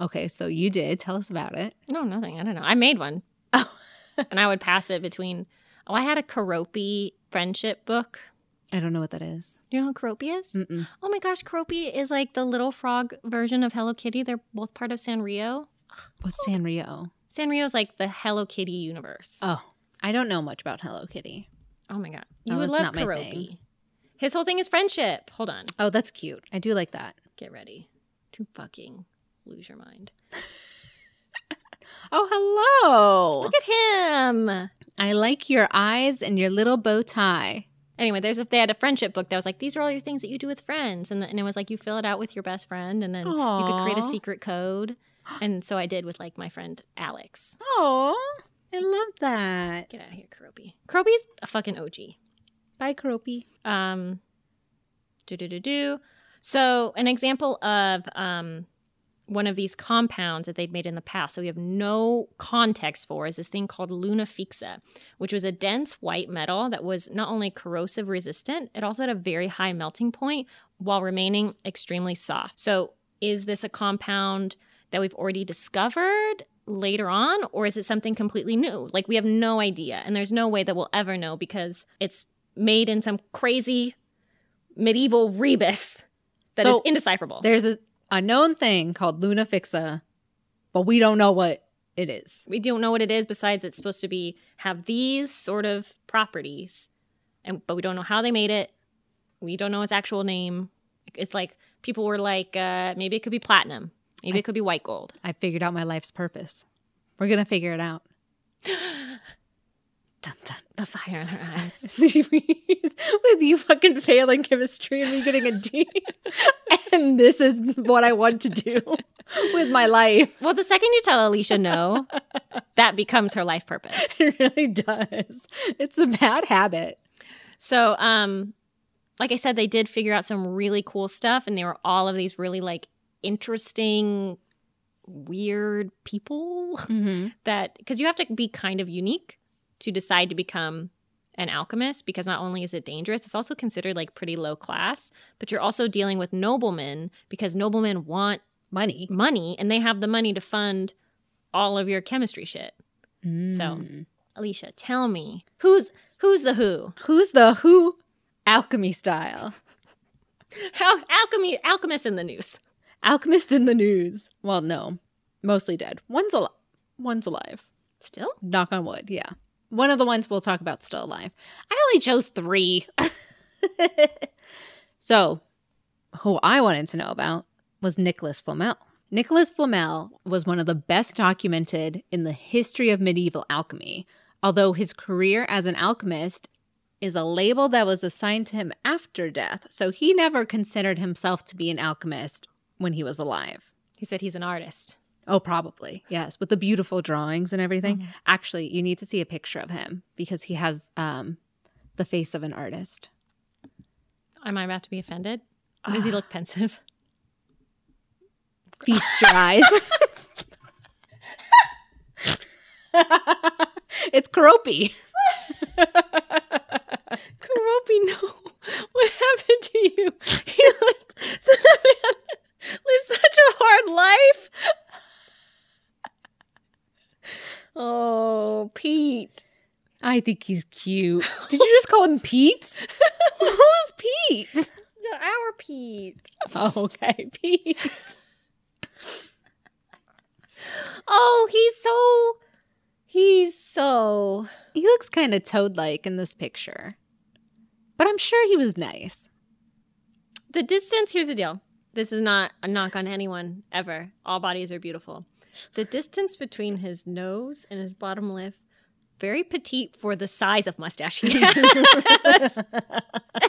Speaker 2: Okay, so you did. Tell us about it.
Speaker 1: No, nothing. I don't know. I made one.
Speaker 2: Oh. [LAUGHS]
Speaker 1: and I would pass it between. Oh, I had a Karopi friendship book.
Speaker 2: I don't know what that is.
Speaker 1: You know who Karopi is?
Speaker 2: Mm-mm.
Speaker 1: Oh my gosh, Karopi is like the little frog version of Hello Kitty. They're both part of Sanrio.
Speaker 2: What's Sanrio?
Speaker 1: Sanrio's like the Hello Kitty universe.
Speaker 2: Oh, I don't know much about Hello Kitty.
Speaker 1: Oh my god. You
Speaker 2: Oh,
Speaker 1: would
Speaker 2: it's
Speaker 1: love
Speaker 2: not my
Speaker 1: Karopi. His whole thing is friendship. Hold on.
Speaker 2: Oh, that's cute. I do like that.
Speaker 1: Get ready to fucking lose your mind.
Speaker 2: Oh, hello.
Speaker 1: Look at him.
Speaker 2: I like your eyes and your little bow tie.
Speaker 1: Anyway, there's if they had a friendship book that was like, these are all your things that you do with friends, and, the, and it was like you fill it out with your best friend, and then you could create
Speaker 2: Aw.
Speaker 1: a secret code. And so I did with like my friend Alex.
Speaker 2: Oh, I love that.
Speaker 1: Get out of here, Kurobi. Kurobi's a fucking OG.
Speaker 2: Bye, Kropy.
Speaker 1: Um, do do do do. So an example of um, one of these compounds that they'd made in the past that we have no context for is this thing called luna fixa, which was a dense white metal that was not only corrosive resistant, it also had a very high melting point while remaining extremely soft. So is this a compound that we've already discovered later on or is it something completely new? Like we have no idea and there's no way that we'll ever know because it's made in some crazy medieval rebus that is
Speaker 2: So,
Speaker 1: indecipherable.
Speaker 2: There's a unknown thing called Luna Fixa, but we don't know what it is.
Speaker 1: We don't know what it is besides it's supposed to be have these sort of properties. And but we don't know how they made it. We don't know its actual name. It's like people were like uh maybe it could be platinum. Maybe it could be white gold.
Speaker 2: I figured out my life's purpose. We're gonna figure it [GASPS] out. Dun, dun. [LAUGHS]
Speaker 1: The fire in her eyes.
Speaker 2: With you fucking failing chemistry and me getting a [LAUGHS] D, and this is what I want to [LAUGHS] do with my life.
Speaker 1: Well, the second you tell Alicia no, that becomes her life [LAUGHS] purpose.
Speaker 2: It really does. It's a bad habit.
Speaker 1: So, um, like I said, they did figure out some really cool stuff, and they were all of these really like interesting, weird people.
Speaker 2: Mm-hmm.
Speaker 1: that because you have to be kind of unique to decide to become an alchemist because not only is it dangerous it's also considered like pretty low class but you're also dealing with noblemen because noblemen want
Speaker 2: Money.
Speaker 1: money and they have the money to fund all of your chemistry shit
Speaker 2: Mm.
Speaker 1: alicia tell me who's who's the who
Speaker 2: who's the who? Alchemy style.
Speaker 1: Al- alchemy alchemists in the news
Speaker 2: Alchemist in the news. Well, no, mostly dead. One's alive. One's alive.
Speaker 1: still
Speaker 2: Knock on wood. Yeah, one of the ones we'll talk about still alive. I only chose three. [LAUGHS] so, who I wanted to know about was Nicholas Flamel. Nicholas Flamel was one of the best documented in the history of medieval alchemy, although his career as an alchemist is a label that was assigned to him after death, so he never considered himself to be an alchemist when he was alive.
Speaker 1: he said he's an artist
Speaker 2: Oh, probably. Yes, with the beautiful drawings and everything. Actually, you need to see a picture of him because he has um the face of an artist.
Speaker 1: am i about to be offended does
Speaker 2: Ah.
Speaker 1: he look pensive
Speaker 2: Feast your eyes. [LAUGHS] it's Karopi.
Speaker 1: Karopi, no. [LAUGHS] What happened to you? He lived, [LAUGHS] so that man lived such a hard life. [LAUGHS] Oh, Pete.
Speaker 2: I think he's cute. Did you just call him Pete? Who's Pete?
Speaker 1: Our Pete.
Speaker 2: [LAUGHS] Oh, okay, Pete.
Speaker 1: Oh, he's so. He's so.
Speaker 2: He looks kind of toad-like in this picture. But I'm sure he was nice.
Speaker 1: The distance, here's the deal. This is not a knock on anyone ever. All bodies are beautiful. The distance between his nose and his bottom lip, very petite for the size of mustache he [LAUGHS] has.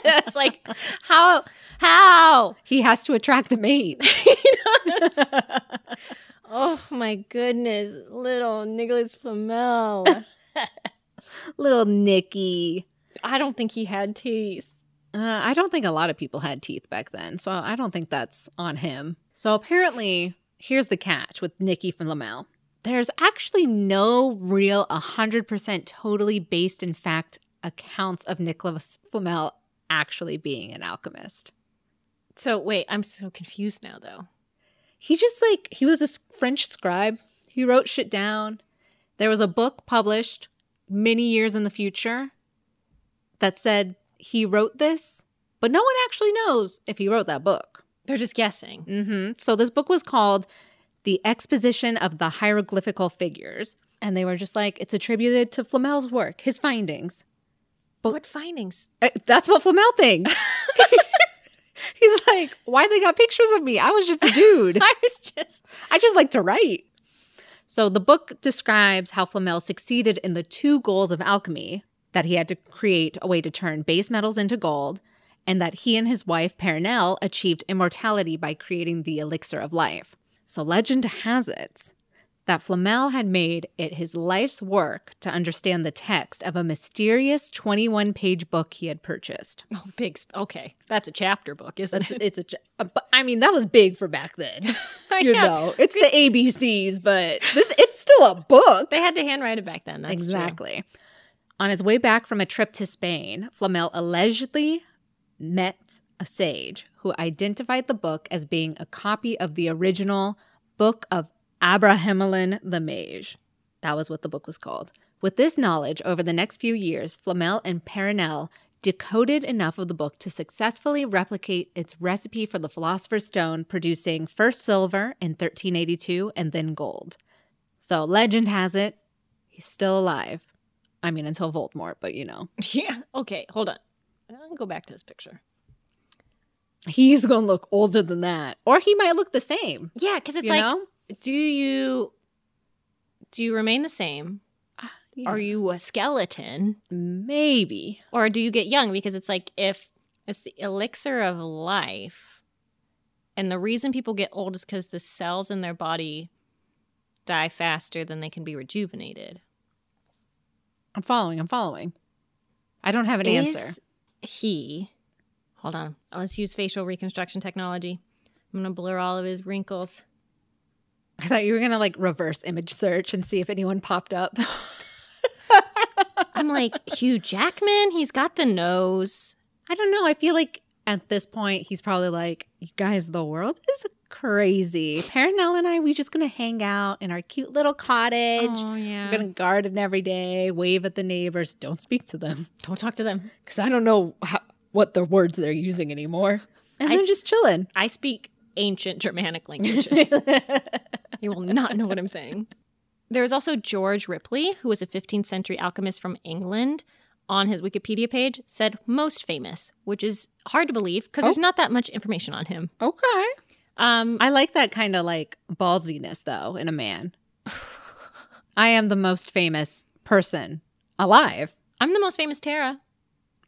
Speaker 1: it's like, how? How?
Speaker 2: He has to attract a mate.
Speaker 1: Oh my goodness, little Nicholas Flamel.
Speaker 2: [LAUGHS] Little Nicky.
Speaker 1: I don't think he had teeth.
Speaker 2: Uh, I don't think a lot of people had teeth back then, so I don't think that's on him. So apparently, here's the catch with Nikki from Lamel. There's actually no real 100% totally based in fact accounts of Nicholas Flamel actually being an alchemist.
Speaker 1: So, wait, I'm so confused now, though.
Speaker 2: He just like, he was a s- French scribe. He wrote shit down. There was a book published many years in the future that said he wrote this, but no one actually knows if he wrote that book.
Speaker 1: They're just guessing.
Speaker 2: hmm So this book was called The Exposition of the Hieroglyphical Figures. And they were just like, it's attributed to Flamel's work, his findings.
Speaker 1: But what findings?
Speaker 2: Uh, That's what Flamel thinks. [LAUGHS] He's like, why they got pictures of me? I was just a dude.
Speaker 1: [LAUGHS] I was just.
Speaker 2: I just like to write. So the book describes how Flamel succeeded in the two goals of alchemy, that he had to create a way to turn base metals into gold, and that he and his wife Pernell achieved immortality by creating the elixir of life. So legend has it that Flamel had made it his life's work to understand the text of a mysterious 21-page book he had purchased.
Speaker 1: Oh, big. Sp- okay, that's a chapter book, isn't
Speaker 2: [LAUGHS] That's
Speaker 1: it?
Speaker 2: it's a, ch- a bu- I mean that was big for back then. [LAUGHS]
Speaker 1: [LAUGHS]
Speaker 2: you
Speaker 1: Yeah.
Speaker 2: know, it's the ABCs, but this it's still a book.
Speaker 1: They had to handwrite it back then. That's true.
Speaker 2: exactly. On his way back from a trip to Spain, Flamel allegedly met a sage who identified the book as being a copy of the original Book of Abrahamelin the Mage. That was what the book was called. With this knowledge, over the next few years, Flamel and Perronel decoded enough of the book to successfully replicate its recipe for the Philosopher's Stone, producing first silver in 1382 and then gold. So legend has it, he's still alive. I mean, until Voldemort, but you know.
Speaker 1: [LAUGHS] Yeah. Okay, hold on. I'll go back to this picture.
Speaker 2: He's gonna look older than that. Or he might look the same.
Speaker 1: Yeah, because it's
Speaker 2: you
Speaker 1: like,
Speaker 2: know?
Speaker 1: do you do you remain the same?
Speaker 2: Yeah.
Speaker 1: Are you a skeleton,
Speaker 2: maybe.
Speaker 1: or do you get young? Because it's like if it's the elixir of life, and the reason people get old is because the cells in their body die faster than they can be rejuvenated.
Speaker 2: I'm following, I'm following. I don't have an
Speaker 1: Is
Speaker 2: answer.
Speaker 1: He, hold on. Let's use facial reconstruction technology. I'm gonna blur all of his wrinkles.
Speaker 2: I thought you were gonna like reverse image search and see if anyone popped up. [LAUGHS]
Speaker 1: I'm like [LAUGHS] Hugh Jackman. He's got the nose.
Speaker 2: I don't know. I feel like at this point he's probably like, "You guys, the world is crazy. Paranel and I, we just gonna hang out in our cute little cottage.
Speaker 1: Oh yeah.
Speaker 2: We're gonna garden every day, wave at the neighbors, don't speak to them
Speaker 1: Don't talk to them.
Speaker 2: because I don't know how, what the words they're using anymore." And
Speaker 1: I
Speaker 2: they're
Speaker 1: s-
Speaker 2: just [LAUGHS] chilling.
Speaker 1: I speak ancient Germanic
Speaker 2: [LAUGHS]
Speaker 1: languages. you will not know what I'm saying. [LAUGHS] There is also George Ripley, who was a 15th century alchemist from England. On his Wikipedia page, said most famous, which is hard to believe because there's not that much information on him.
Speaker 2: okay.
Speaker 1: Um,
Speaker 2: I like that kind of like ballsiness though in a [LAUGHS] man. I am the most famous person alive.
Speaker 1: I'm the most famous Tara.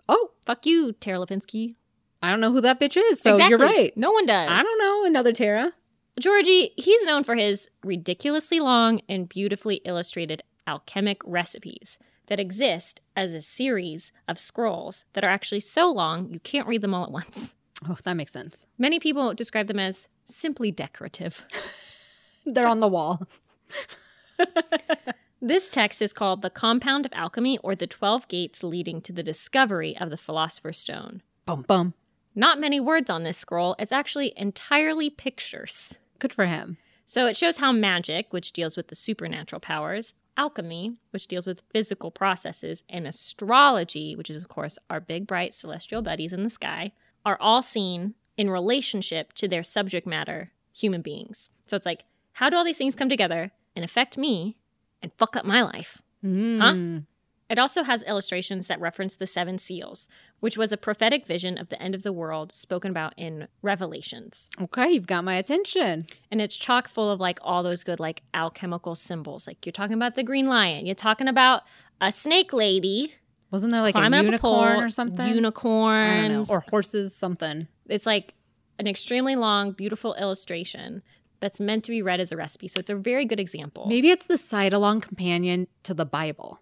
Speaker 2: Oh,
Speaker 1: Fuck you, Tara Lipinski.
Speaker 2: I don't know who that bitch is. So you're
Speaker 1: Exactly.
Speaker 2: right.
Speaker 1: No one does.
Speaker 2: I don't know another Tara.
Speaker 1: Georgie, he's known for his ridiculously long and beautifully illustrated alchemic recipes that exist as a series of scrolls that are actually so long you can't read them all at once.
Speaker 2: Oh, that makes sense.
Speaker 1: Many people describe them as simply decorative.
Speaker 2: They're on the wall.
Speaker 1: This text is called The Compound of Alchemy or the 12 Gates Leading to the Discovery of the Philosopher's Stone.
Speaker 2: Bum bum.
Speaker 1: Not many words on this scroll, it's actually entirely pictures.
Speaker 2: Good for him.
Speaker 1: So it shows how magic, which deals with the supernatural powers, alchemy, which deals with physical processes, and astrology, which is, of course, our big bright celestial buddies in the sky, are all seen in relationship to their subject matter, human beings. So it's like, how do all these things come together and affect me and fuck up my life?
Speaker 2: Mm.
Speaker 1: It also has illustrations that reference the seven seals, which was a prophetic vision of the end of the world spoken about in Revelations
Speaker 2: Okay, you've got my attention.
Speaker 1: and it's chock full of like all those good like alchemical symbols. Like you're talking about the green lion, you're talking about a snake lady
Speaker 2: Wasn't there like
Speaker 1: climbing
Speaker 2: a
Speaker 1: up
Speaker 2: unicorn
Speaker 1: a pole,
Speaker 2: or something? I don't know.
Speaker 1: Unicorns,
Speaker 2: Or horses, something.
Speaker 1: it's like an extremely long, beautiful illustration that's meant to be read as a recipe. So it's a very good example.
Speaker 2: Maybe it's the side along companion to the Bible.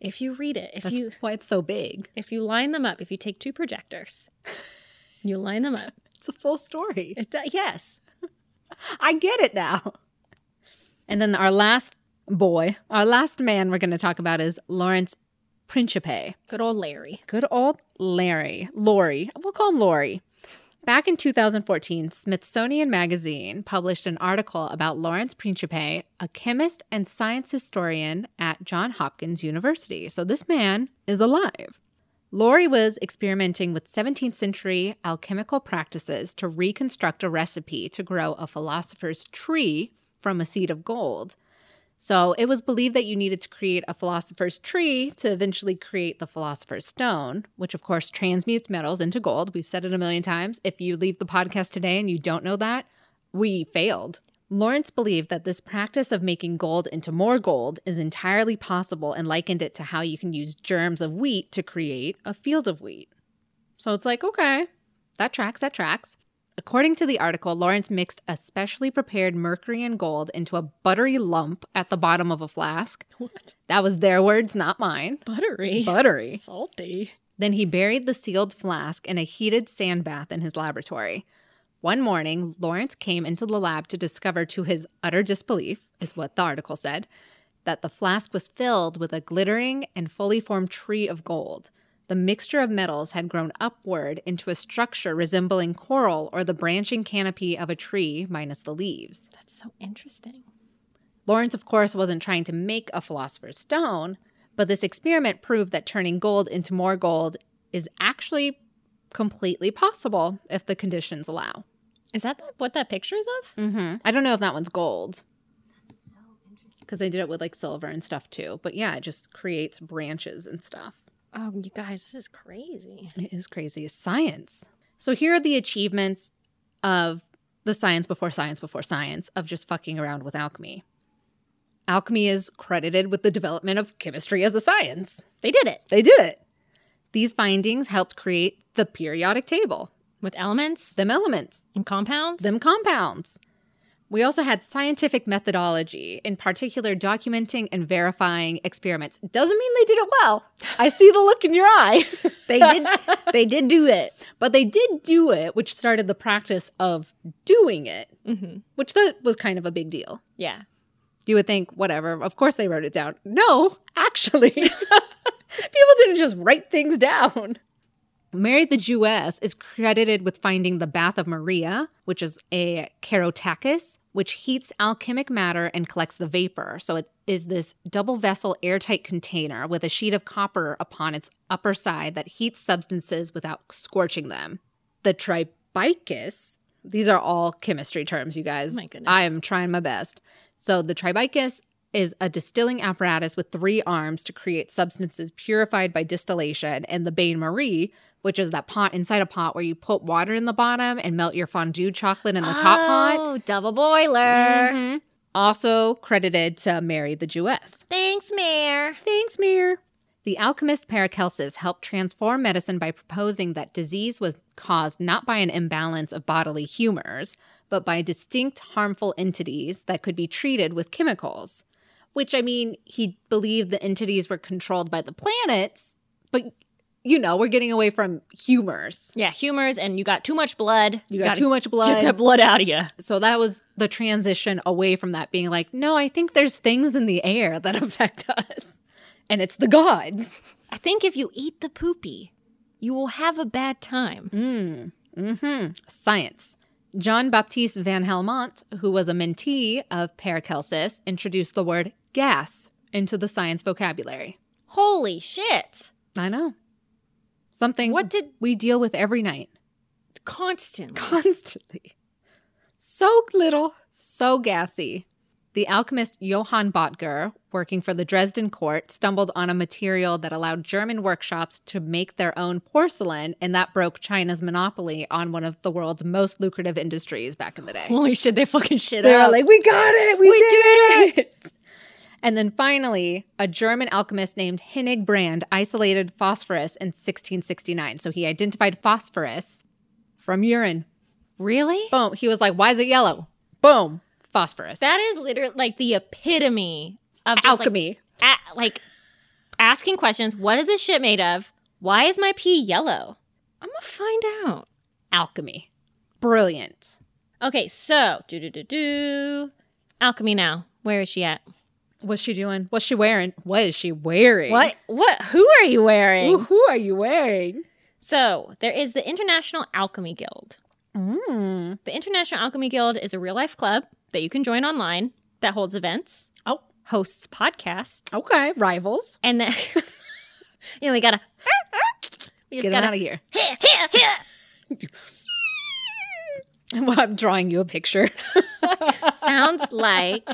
Speaker 1: If you read it, if
Speaker 2: That's
Speaker 1: you
Speaker 2: why it's so big.
Speaker 1: if you line them up, if you take two projectors, [LAUGHS] you line them up.
Speaker 2: It's a full story.
Speaker 1: It does, yes.
Speaker 2: I get it now. And then our last boy, our last man we're going to talk about is Lawrence Principe.
Speaker 1: Good old Larry.
Speaker 2: Good old Larry. Lori. We'll call him Lori. Back in 2014, Smithsonian Magazine published an article about Lawrence Principe, a chemist and science historian at Johns Hopkins University. So this man is alive. Lori was experimenting with 17th century alchemical practices to reconstruct a recipe to grow a philosopher's tree from a seed of gold. So it was believed that you needed to create a philosopher's tree to eventually create the philosopher's stone, which of course transmutes metals into gold. We've said it a million times. If you leave the podcast today and you don't know that, we failed. Lawrence believed that this practice of making gold into more gold is entirely possible and likened it to how you can use germs of wheat to create a field of wheat. So it's like, okay, that tracks, that tracks. According to the article, Lawrence mixed a specially prepared mercury and gold into a buttery lump at the bottom of a flask.
Speaker 1: What?
Speaker 2: That was their words, not mine.
Speaker 1: Buttery.
Speaker 2: Buttery.
Speaker 1: Salty.
Speaker 2: Then he buried the sealed flask in a heated sand bath in his laboratory. One morning, Lawrence came into the lab to discover, to his utter disbelief, is what the article said, that the flask was filled with a glittering and fully formed tree of gold. The mixture of metals had grown upward into a structure resembling coral or the branching canopy of a tree minus the leaves.
Speaker 1: That's so interesting.
Speaker 2: Lawrence, of course, wasn't trying to make a philosopher's stone, but this experiment proved that turning gold into more gold is actually completely possible if the conditions allow.
Speaker 1: Is that that- what that picture is of?
Speaker 2: Mm-hmm. I don't know if that one's gold. Because they did it with like silver and stuff too. But yeah, it just creates branches and stuff.
Speaker 1: Oh, you guys, this is crazy.
Speaker 2: It is crazy. It's science. So here are the achievements of the science before science before science of just fucking around with alchemy. Alchemy is credited with the development of chemistry as a science.
Speaker 1: They did it
Speaker 2: They did it. These findings helped create the periodic table,
Speaker 1: with elements
Speaker 2: them elements,
Speaker 1: and compounds.
Speaker 2: them compounds. We also had scientific methodology, in particular documenting and verifying experiments. Doesn't mean they did it well. I see the look in your eye. [LAUGHS]
Speaker 1: They [LAUGHS] did. they did do it.
Speaker 2: But they did do it, which started the practice of doing it,
Speaker 1: hmm
Speaker 2: which that was kind of a big deal.
Speaker 1: Yeah.
Speaker 2: You would think, whatever, of course they wrote it down. No, actually, [LAUGHS] people didn't just write things down. Mary the Jewess is credited with finding the Bath of Maria, which is a karotachus, which heats alchemic matter and collects the vapor. So it is this double vessel airtight container with a sheet of copper upon its upper side that heats substances without scorching them. The tribicus, these are all chemistry terms, you guys.
Speaker 1: Oh My goodness.
Speaker 2: I am trying my best. So the tribicus is a distilling apparatus with three arms to create substances purified by distillation, and the bain marie, which is that pot inside a pot where you put water in the bottom and melt your fondue chocolate in the top pot.
Speaker 1: Oh, double boiler.
Speaker 2: Mhm. Also credited to Mary the Jewess.
Speaker 1: Thanks, Mayor.
Speaker 2: Thanks, Mir. The alchemist Paracelsus helped transform medicine by proposing that disease was caused not by an imbalance of bodily humors, but by distinct harmful entities that could be treated with chemicals. Which, I mean, he believed the entities were controlled by the planets, but you know, we're getting away from humors.
Speaker 1: Yeah, humors, and you got too much blood.
Speaker 2: You got
Speaker 1: Gotta
Speaker 2: too much blood.
Speaker 1: Get that blood out of you.
Speaker 2: So that was the transition away from that being like, no, I think there's things in the air that [LAUGHS] affect us, and it's the gods.
Speaker 1: I think if you eat the poopy, you will have a bad time.
Speaker 2: Mm. hmm Science. John Baptiste Van Helmont, who was a mentee of Paracelsus, introduced the word gas into the science vocabulary.
Speaker 1: Holy shit!
Speaker 2: I know. Something
Speaker 1: What did
Speaker 2: we deal with every night.
Speaker 1: constantly?
Speaker 2: Constantly. So little, so gassy. The alchemist Johann Botger, working for the Dresden court, stumbled on a material that allowed German workshops to make their own porcelain, and that broke China's monopoly on one of the world's most lucrative industries back in the day.
Speaker 1: Holy shit! They fucking shit
Speaker 2: They were
Speaker 1: up.
Speaker 2: like, we got it. We, did, it. And then finally, a German alchemist named Hennig Brand isolated phosphorus in 1669. So he identified phosphorus from urine.
Speaker 1: really?
Speaker 2: Boom. He was like, why is it yellow? Boom. Phosphorus.
Speaker 1: That is literally like the epitome of just, like,
Speaker 2: Alchemy.
Speaker 1: a- like asking questions. What is this shit made of? Why is my pee yellow? I'm gonna find out.
Speaker 2: Alchemy. Brilliant.
Speaker 1: Okay, so do do do do. Alchemy now. Where is she at?
Speaker 2: What's she doing? What's she wearing? What is she wearing?
Speaker 1: What? What? Who are you wearing?
Speaker 2: Ooh, who are you wearing?
Speaker 1: So there is the International Alchemy Guild.
Speaker 2: Mm.
Speaker 1: The International Alchemy Guild is a real life club that you can join online that holds events,
Speaker 2: Oh,
Speaker 1: hosts podcasts,
Speaker 2: okay. Rivals.
Speaker 1: and then [LAUGHS] you know we gotta [LAUGHS] we just
Speaker 2: Get
Speaker 1: gotta [LAUGHS]
Speaker 2: out of here. [LAUGHS] well, I'm drawing you a picture. [LAUGHS]
Speaker 1: sounds like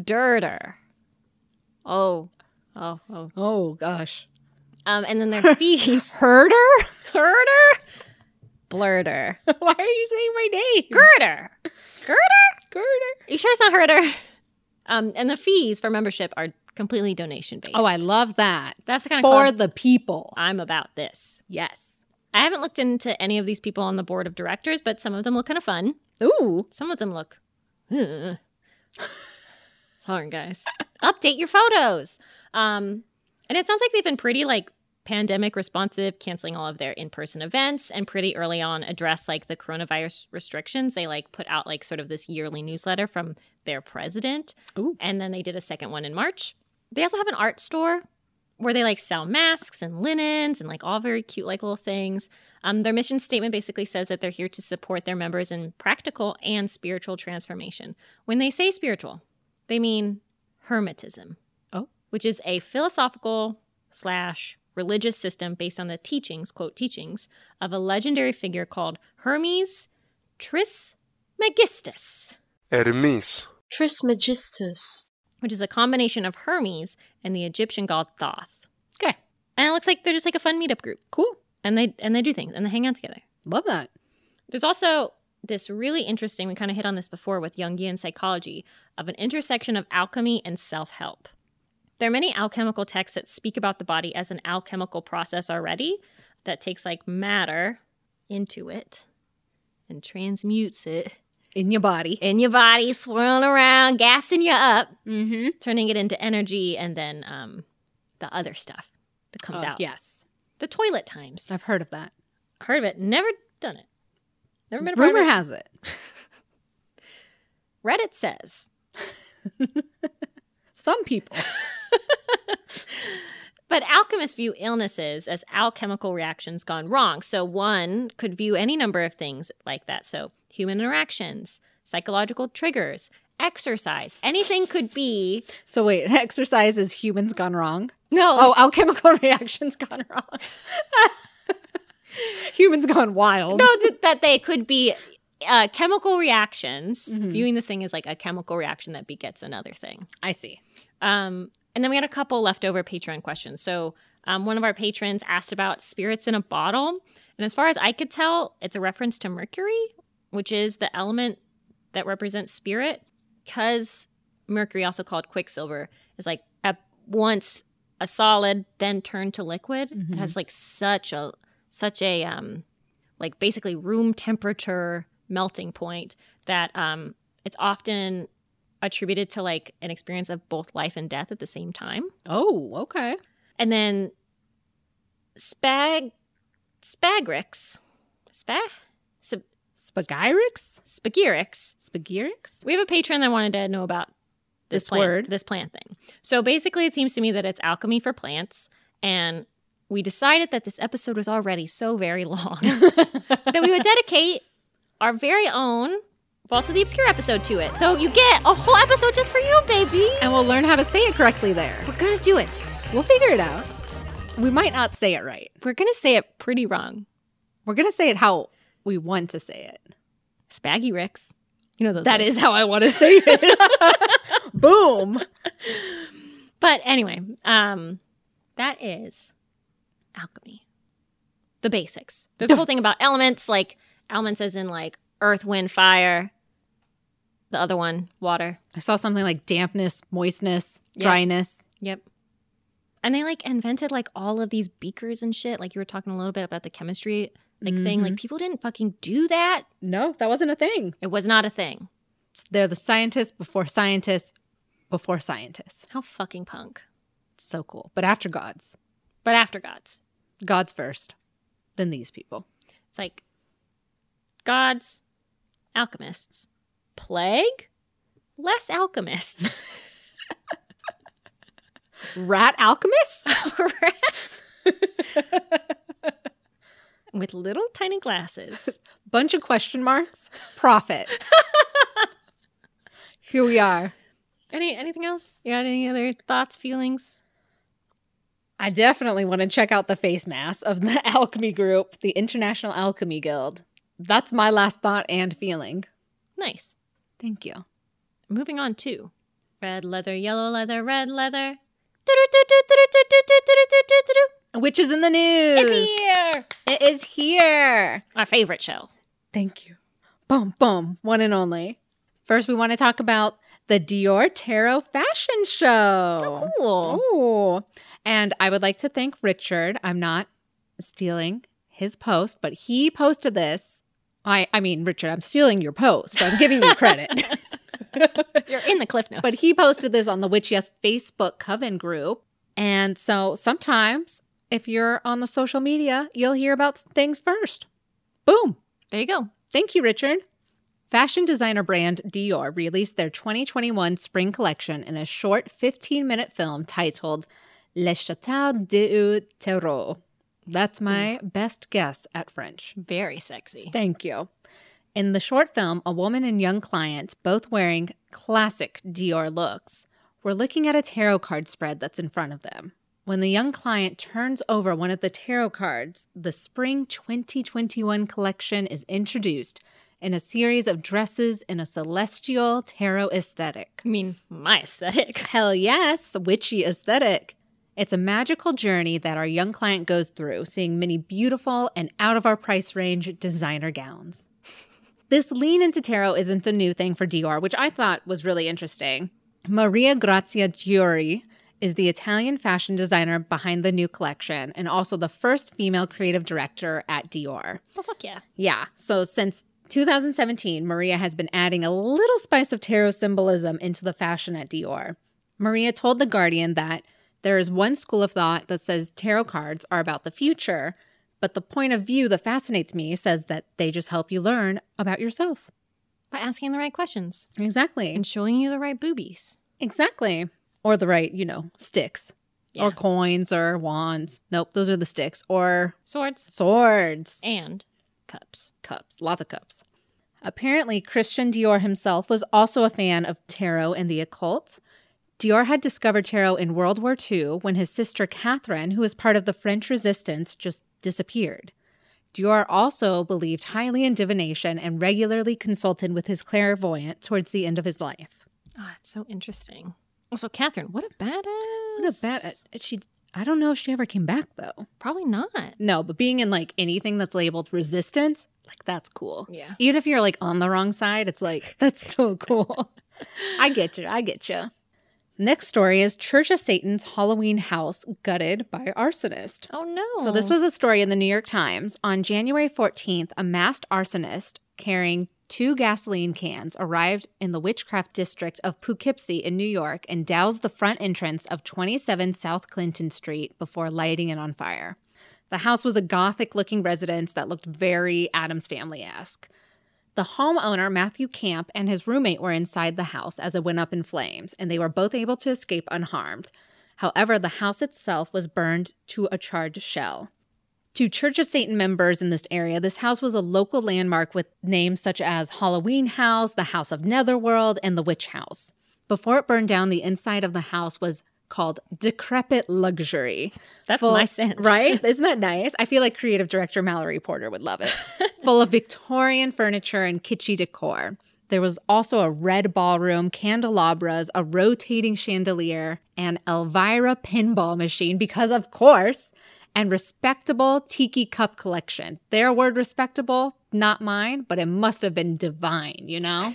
Speaker 1: dirter. Oh, oh, oh.
Speaker 2: Oh gosh.
Speaker 1: Um, and then their
Speaker 2: [LAUGHS]
Speaker 1: fees
Speaker 2: Herder?
Speaker 1: herder, blurder,
Speaker 2: Why are you saying my name?
Speaker 1: girder, girder,
Speaker 2: Girder.
Speaker 1: you sure it's not herder? Um, and the fees for membership are completely donation based.
Speaker 2: Oh, I love that.
Speaker 1: That's the kind of
Speaker 2: for
Speaker 1: club
Speaker 2: the people.
Speaker 1: I'm about this.
Speaker 2: Yes.
Speaker 1: I haven't looked into any of these people on the board of directors, but some of them look kind of fun.
Speaker 2: Ooh.
Speaker 1: Some of them look. Ugh. Sorry, guys. Update your photos. Um, and it sounds like they've been pretty like pandemic responsive, canceling all of their in person events, and pretty early on address like the coronavirus restrictions. They like put out like sort of this yearly newsletter from their president,
Speaker 2: Ooh.
Speaker 1: and then they did a second one in March. They also have an art store where they like sell masks and linens and like all very cute like little things. Um, their mission statement basically says that they're here to support their members in practical and spiritual transformation. When they say spiritual, they mean Hermetism,
Speaker 2: Oh.
Speaker 1: which is a philosophical slash religious system based on the teachings, quote teachings, of a legendary figure called Hermes Trismegistus,
Speaker 4: Hermes.
Speaker 5: Trismegistus.
Speaker 1: which is a combination of Hermes and the Egyptian god Thoth.
Speaker 2: Okay.
Speaker 1: And it looks like they're just like a fun meetup group,
Speaker 2: Cool.
Speaker 1: and they and they do things and they hang out together.
Speaker 2: Love that.
Speaker 1: There's also this really interesting, we kind of hit on this before with Jungian psychology, of an intersection of alchemy and self help. There are many alchemical texts that speak about the body as an alchemical process already that takes like matter into it and transmutes it
Speaker 2: In your body.
Speaker 1: in your body, swirling around, gassing you up,
Speaker 2: Mm-hmm.
Speaker 1: turning it into energy, and then um, the other stuff that comes
Speaker 2: Oh,
Speaker 1: out.
Speaker 2: Uh, Yes.
Speaker 1: The toilet times.
Speaker 2: I've heard of that.
Speaker 1: Heard of it, never done it. Never been a part of
Speaker 2: Rumor
Speaker 1: it.
Speaker 2: has it.
Speaker 1: Reddit says
Speaker 2: Some [LAUGHS] people.
Speaker 1: But alchemists view illnesses as alchemical reactions gone wrong. So one could view any number of things like that. So human interactions, psychological triggers, exercise, anything could be.
Speaker 2: So wait, [LAUGHS] exercise is humans gone wrong.
Speaker 1: No,
Speaker 2: Oh, alchemical [LAUGHS] reactions gone wrong. [LAUGHS] humans gone wild.
Speaker 1: no, th- that they could be uh, chemical reactions,
Speaker 2: Mhm.
Speaker 1: viewing this thing as like a chemical reaction that begets another thing.
Speaker 2: I see.
Speaker 1: Um, and then we had a couple leftover Patreon questions. So um, one of our patrons asked about spirits in a bottle. And as far as I could tell, it's a reference to mercury, which is the element that represents spirit. Because mercury, also called quicksilver, is like at once a solid, then turned to liquid.
Speaker 2: Mhm.
Speaker 1: It has like such a, such a, um, like basically room temperature melting point that um, it's often attributed to like an experience of both life and death at the same time.
Speaker 2: Oh, okay.
Speaker 1: And then spag spagrix. Spa sp-
Speaker 2: Spagyrix?
Speaker 1: spagyrix.
Speaker 2: Spagyrix?
Speaker 1: We have a patron that wanted to know about this,
Speaker 2: This
Speaker 1: plant,
Speaker 2: word?
Speaker 1: this plant thing. So basically it seems to me that it's alchemy for plants and we decided that this episode was already so very [LAUGHS] long that we would dedicate our very own Vaults of the Obscure episode to it. So you get a whole episode just for you, baby.
Speaker 2: and we'll learn how to say it correctly there.
Speaker 1: We're gonna do it.
Speaker 2: We'll figure it out. We might not say it right.
Speaker 1: We're gonna say it pretty wrong.
Speaker 2: We're going to say it how we want to say it.
Speaker 1: Spaggy Ricks. You know those.
Speaker 2: That
Speaker 1: words.
Speaker 2: is how I want to say it. [LAUGHS] Boom.
Speaker 1: But anyway, um, that is alchemy. The basics. There's a whole thing about elements, like elements as in like earth, wind, fire. The other one, water.
Speaker 2: I saw something like dampness, moistness,
Speaker 1: Yeah.
Speaker 2: dryness.
Speaker 1: Yep. And they like invented like all of these beakers and shit. Like you were talking a little bit about the chemistry like thing. Like people didn't fucking do that.
Speaker 2: No, that wasn't a thing.
Speaker 1: It was not a thing.
Speaker 2: They're the scientists before scientists before scientists.
Speaker 1: How fucking punk.
Speaker 2: So cool. But after gods,
Speaker 1: But after gods.
Speaker 2: gods first, then these people.
Speaker 1: It's like gods, alchemists, plague, less alchemists,
Speaker 2: Rat alchemists?
Speaker 1: rats with little tiny glasses.
Speaker 2: Bunch of question marks. Profit. [LAUGHS] Here we are.
Speaker 1: Any anything else? You got any other thoughts, feelings?
Speaker 2: I definitely want to check out the face mask of the [LAUGHS] alchemy group, the International Alchemy Guild. That's my last thought and feeling.
Speaker 1: Nice.
Speaker 2: Thank you.
Speaker 1: Moving on to red leather, yellow leather, red leather.
Speaker 2: Which is in the news.
Speaker 1: It's here.
Speaker 2: It is here.
Speaker 1: Our favorite show.
Speaker 2: Thank you. Boom, boom. One and only. First, we want to talk about the Dior Tarot Fashion Show.
Speaker 1: Cool.
Speaker 2: Oh, and I would like to thank Richard. I'm not stealing his post, but he posted this. I, I mean, Richard, I'm stealing your post, but I'm giving you credit.
Speaker 1: You're in the cliff notes.
Speaker 2: [LAUGHS] but he posted this on the Witch Yes Facebook Coven group. And so sometimes if you're on the social media, you'll hear about things first. Boom.
Speaker 1: there you go.
Speaker 2: Thank you, Richard. Fashion designer brand Dior released their 2021 spring collection in a short 15 minute film titled Le Chateau du Terreau. That's my best guess at French.
Speaker 1: Very sexy.
Speaker 2: Thank you. In the short film, a woman and young client, both wearing classic Dior looks, were looking at a tarot card spread that's in front of them. When the young client turns over one of the tarot cards, the spring 2021 collection is introduced in a series of dresses in a celestial tarot aesthetic.
Speaker 1: I mean, my aesthetic.
Speaker 2: Hell yes, witchy aesthetic. It's a magical journey that our young client goes through, seeing many beautiful and out of our price range designer gowns. [LAUGHS] This lean into tarot isn't a new thing for Dior, which I thought was really interesting. Maria Grazia Giori is the Italian fashion designer behind the new collection and also the first female creative director at Dior.
Speaker 1: Oh, fuck yeah.
Speaker 2: Yeah. So since 2017, Maria has been adding a little spice of tarot symbolism into the fashion at Dior. Maria told The Guardian that there is one school of thought that says tarot cards are about the future, but the point of view that fascinates me says that they just help you learn about yourself.
Speaker 1: By asking the right questions
Speaker 2: Exactly.
Speaker 1: and showing you the right boobies.
Speaker 2: Exactly. Or the right, you know, sticks
Speaker 1: Yeah.
Speaker 2: or coins or wands. Nope, those are the sticks or
Speaker 1: Swords
Speaker 2: swords.
Speaker 1: and cups.
Speaker 2: cups, lots of cups. Apparently, Christian Dior himself was also a fan of tarot and the occult. Dior had discovered tarot in World War II when his sister Catherine, who was part of the French resistance, just disappeared. Dior also believed highly in divination and regularly consulted with his clairvoyant towards the end of his life.
Speaker 1: Oh, that's so interesting. Also, Catherine, what a badass.
Speaker 2: What a bad she I don't know if she ever came back though.
Speaker 1: Probably not.
Speaker 2: No, but being in like anything that's labeled resistance, like that's cool.
Speaker 1: Yeah.
Speaker 2: Even if you're like on the wrong side, it's like, [LAUGHS] that's still cool. I get you. I get you. Next story is Church of Satan's Halloween house gutted by arsonist.
Speaker 1: Oh, no.
Speaker 2: So, this was a story in the New York Times. On January 14th, a masked arsonist carrying two gasoline cans arrived in the witchcraft district of Poughkeepsie in New York and doused the front entrance of 27 South Clinton Street before lighting it on fire. The house was a gothic looking residence that looked very Adams family esque. The homeowner, Matthew Camp, and his roommate were inside the house as it went up in flames, and they were both able to escape unharmed. However, the house itself was burned to a charred shell. To Church of Satan members in this area, this house was a local landmark with names such as Halloween House, the House of Netherworld, and the Witch House. Before it burned down, the inside of the house was called decrepit luxury.
Speaker 1: That's
Speaker 2: Full-
Speaker 1: my sense. [LAUGHS]
Speaker 2: Right? Isn't that nice? I feel like creative director Mallory Porter would love it. Full of Victorian furniture and kitschy decor. There was also a red ballroom, candelabras, a rotating chandelier, an Elvira pinball machine, because of course, and respectable tiki cup collection. Their word respectable, not mine, but it must have been divine, you
Speaker 1: [LAUGHS]
Speaker 2: know?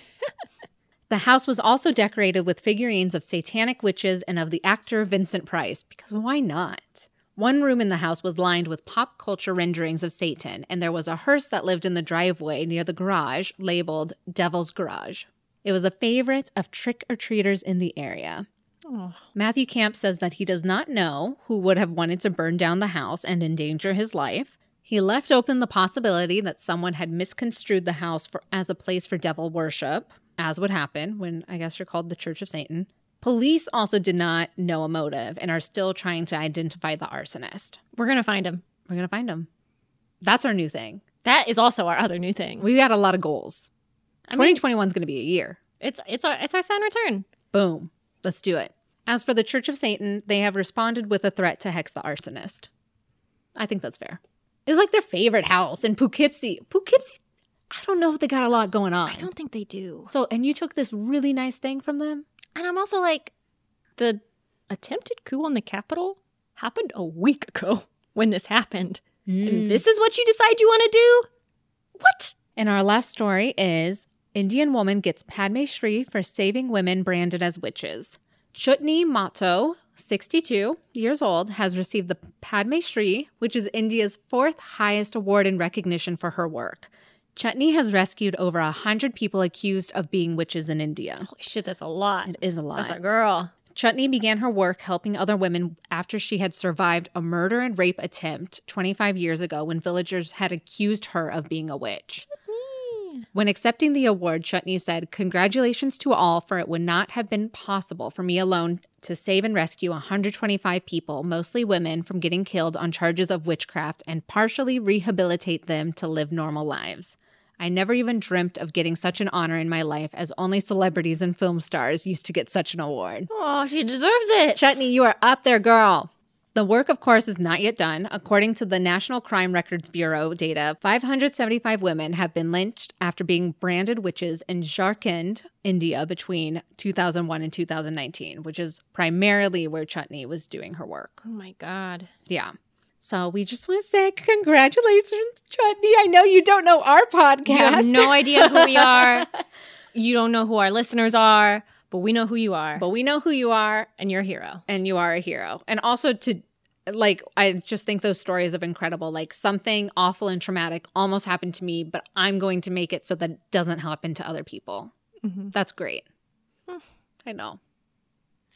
Speaker 2: The house was also decorated with figurines of satanic witches and of the actor Vincent Price, because why not? One room in the house was lined with pop culture renderings of Satan, and there was a hearse that lived in the driveway near the garage labeled Devil's Garage. It was a favorite of trick or treaters in the area.
Speaker 1: Oh,
Speaker 2: Matthew Camp says that he does not know who would have wanted to burn down the house and endanger his life. He left open the possibility that someone had misconstrued the house for, as a place for devil worship, as would happen when I guess you're called the Church of Satan. Police also did not know a motive and are still trying to identify the arsonist.
Speaker 1: we're going to find him.
Speaker 2: We're going to find him. That's our new thing.
Speaker 1: That is also our other new thing.
Speaker 2: We've got a lot of goals.
Speaker 1: I mean-
Speaker 2: 2021 is going to be a year.
Speaker 1: It's it's our it's our sign return.
Speaker 2: Boom. Let's do it. As for the Church of Satan, they have responded with a threat to hex the arsonist. I think that's fair. It was like their favorite house in Poughkeepsie. Poughkeepsie, I don't know if they got a lot going on.
Speaker 1: I don't think they do.
Speaker 2: So, and you took this really nice thing from them?
Speaker 1: And I'm also like, the attempted coup on the Capitol happened a week ago [LAUGHS] when this happened. Mm. And this is what you decide you want to do? What?
Speaker 2: And our last story is Indian woman gets Padme Shri for saving women branded as witches. Chutney Mato, 62 years old, has received the Padme Shri, which is India's fourth highest award in recognition for her work. Chutney has rescued over 100 people accused of being witches in India.
Speaker 1: Holy shit, that's a lot.
Speaker 2: It is a lot.
Speaker 1: That's a girl.
Speaker 2: Chutney began her work helping other women after she had survived a murder and rape attempt 25 years ago when villagers had accused her of being a witch. When accepting the award, Chutney said, Congratulations to all, for it would not have been possible for me alone to save and rescue 125 people, mostly women, from getting killed on charges of witchcraft and partially rehabilitate them to live normal lives. I never even dreamt of getting such an honor in my life, as only celebrities and film stars used to get such an award.
Speaker 1: Oh, she deserves it.
Speaker 2: Chutney, you are up there, girl. The work, of course, is not yet done. According to the National Crime Records Bureau data, 575 women have been lynched after being branded witches in Jharkhand, India, between 2001 and 2019, which is primarily where Chutney was doing her work.
Speaker 1: Oh my god.
Speaker 2: Yeah. So we just want to say congratulations, Chutney. I know you don't know our podcast.
Speaker 1: You have no idea who we are. you don't know who our listeners are, but we know who you are,
Speaker 2: [LAUGHS] but we know who you are.
Speaker 1: and you're a hero.
Speaker 2: and you are a hero. And also to like I just think those stories of incredible like something awful and traumatic almost happened to me, but I'm going to make it so that it doesn't happen to other people.
Speaker 1: Mhm.
Speaker 2: That's great. I know.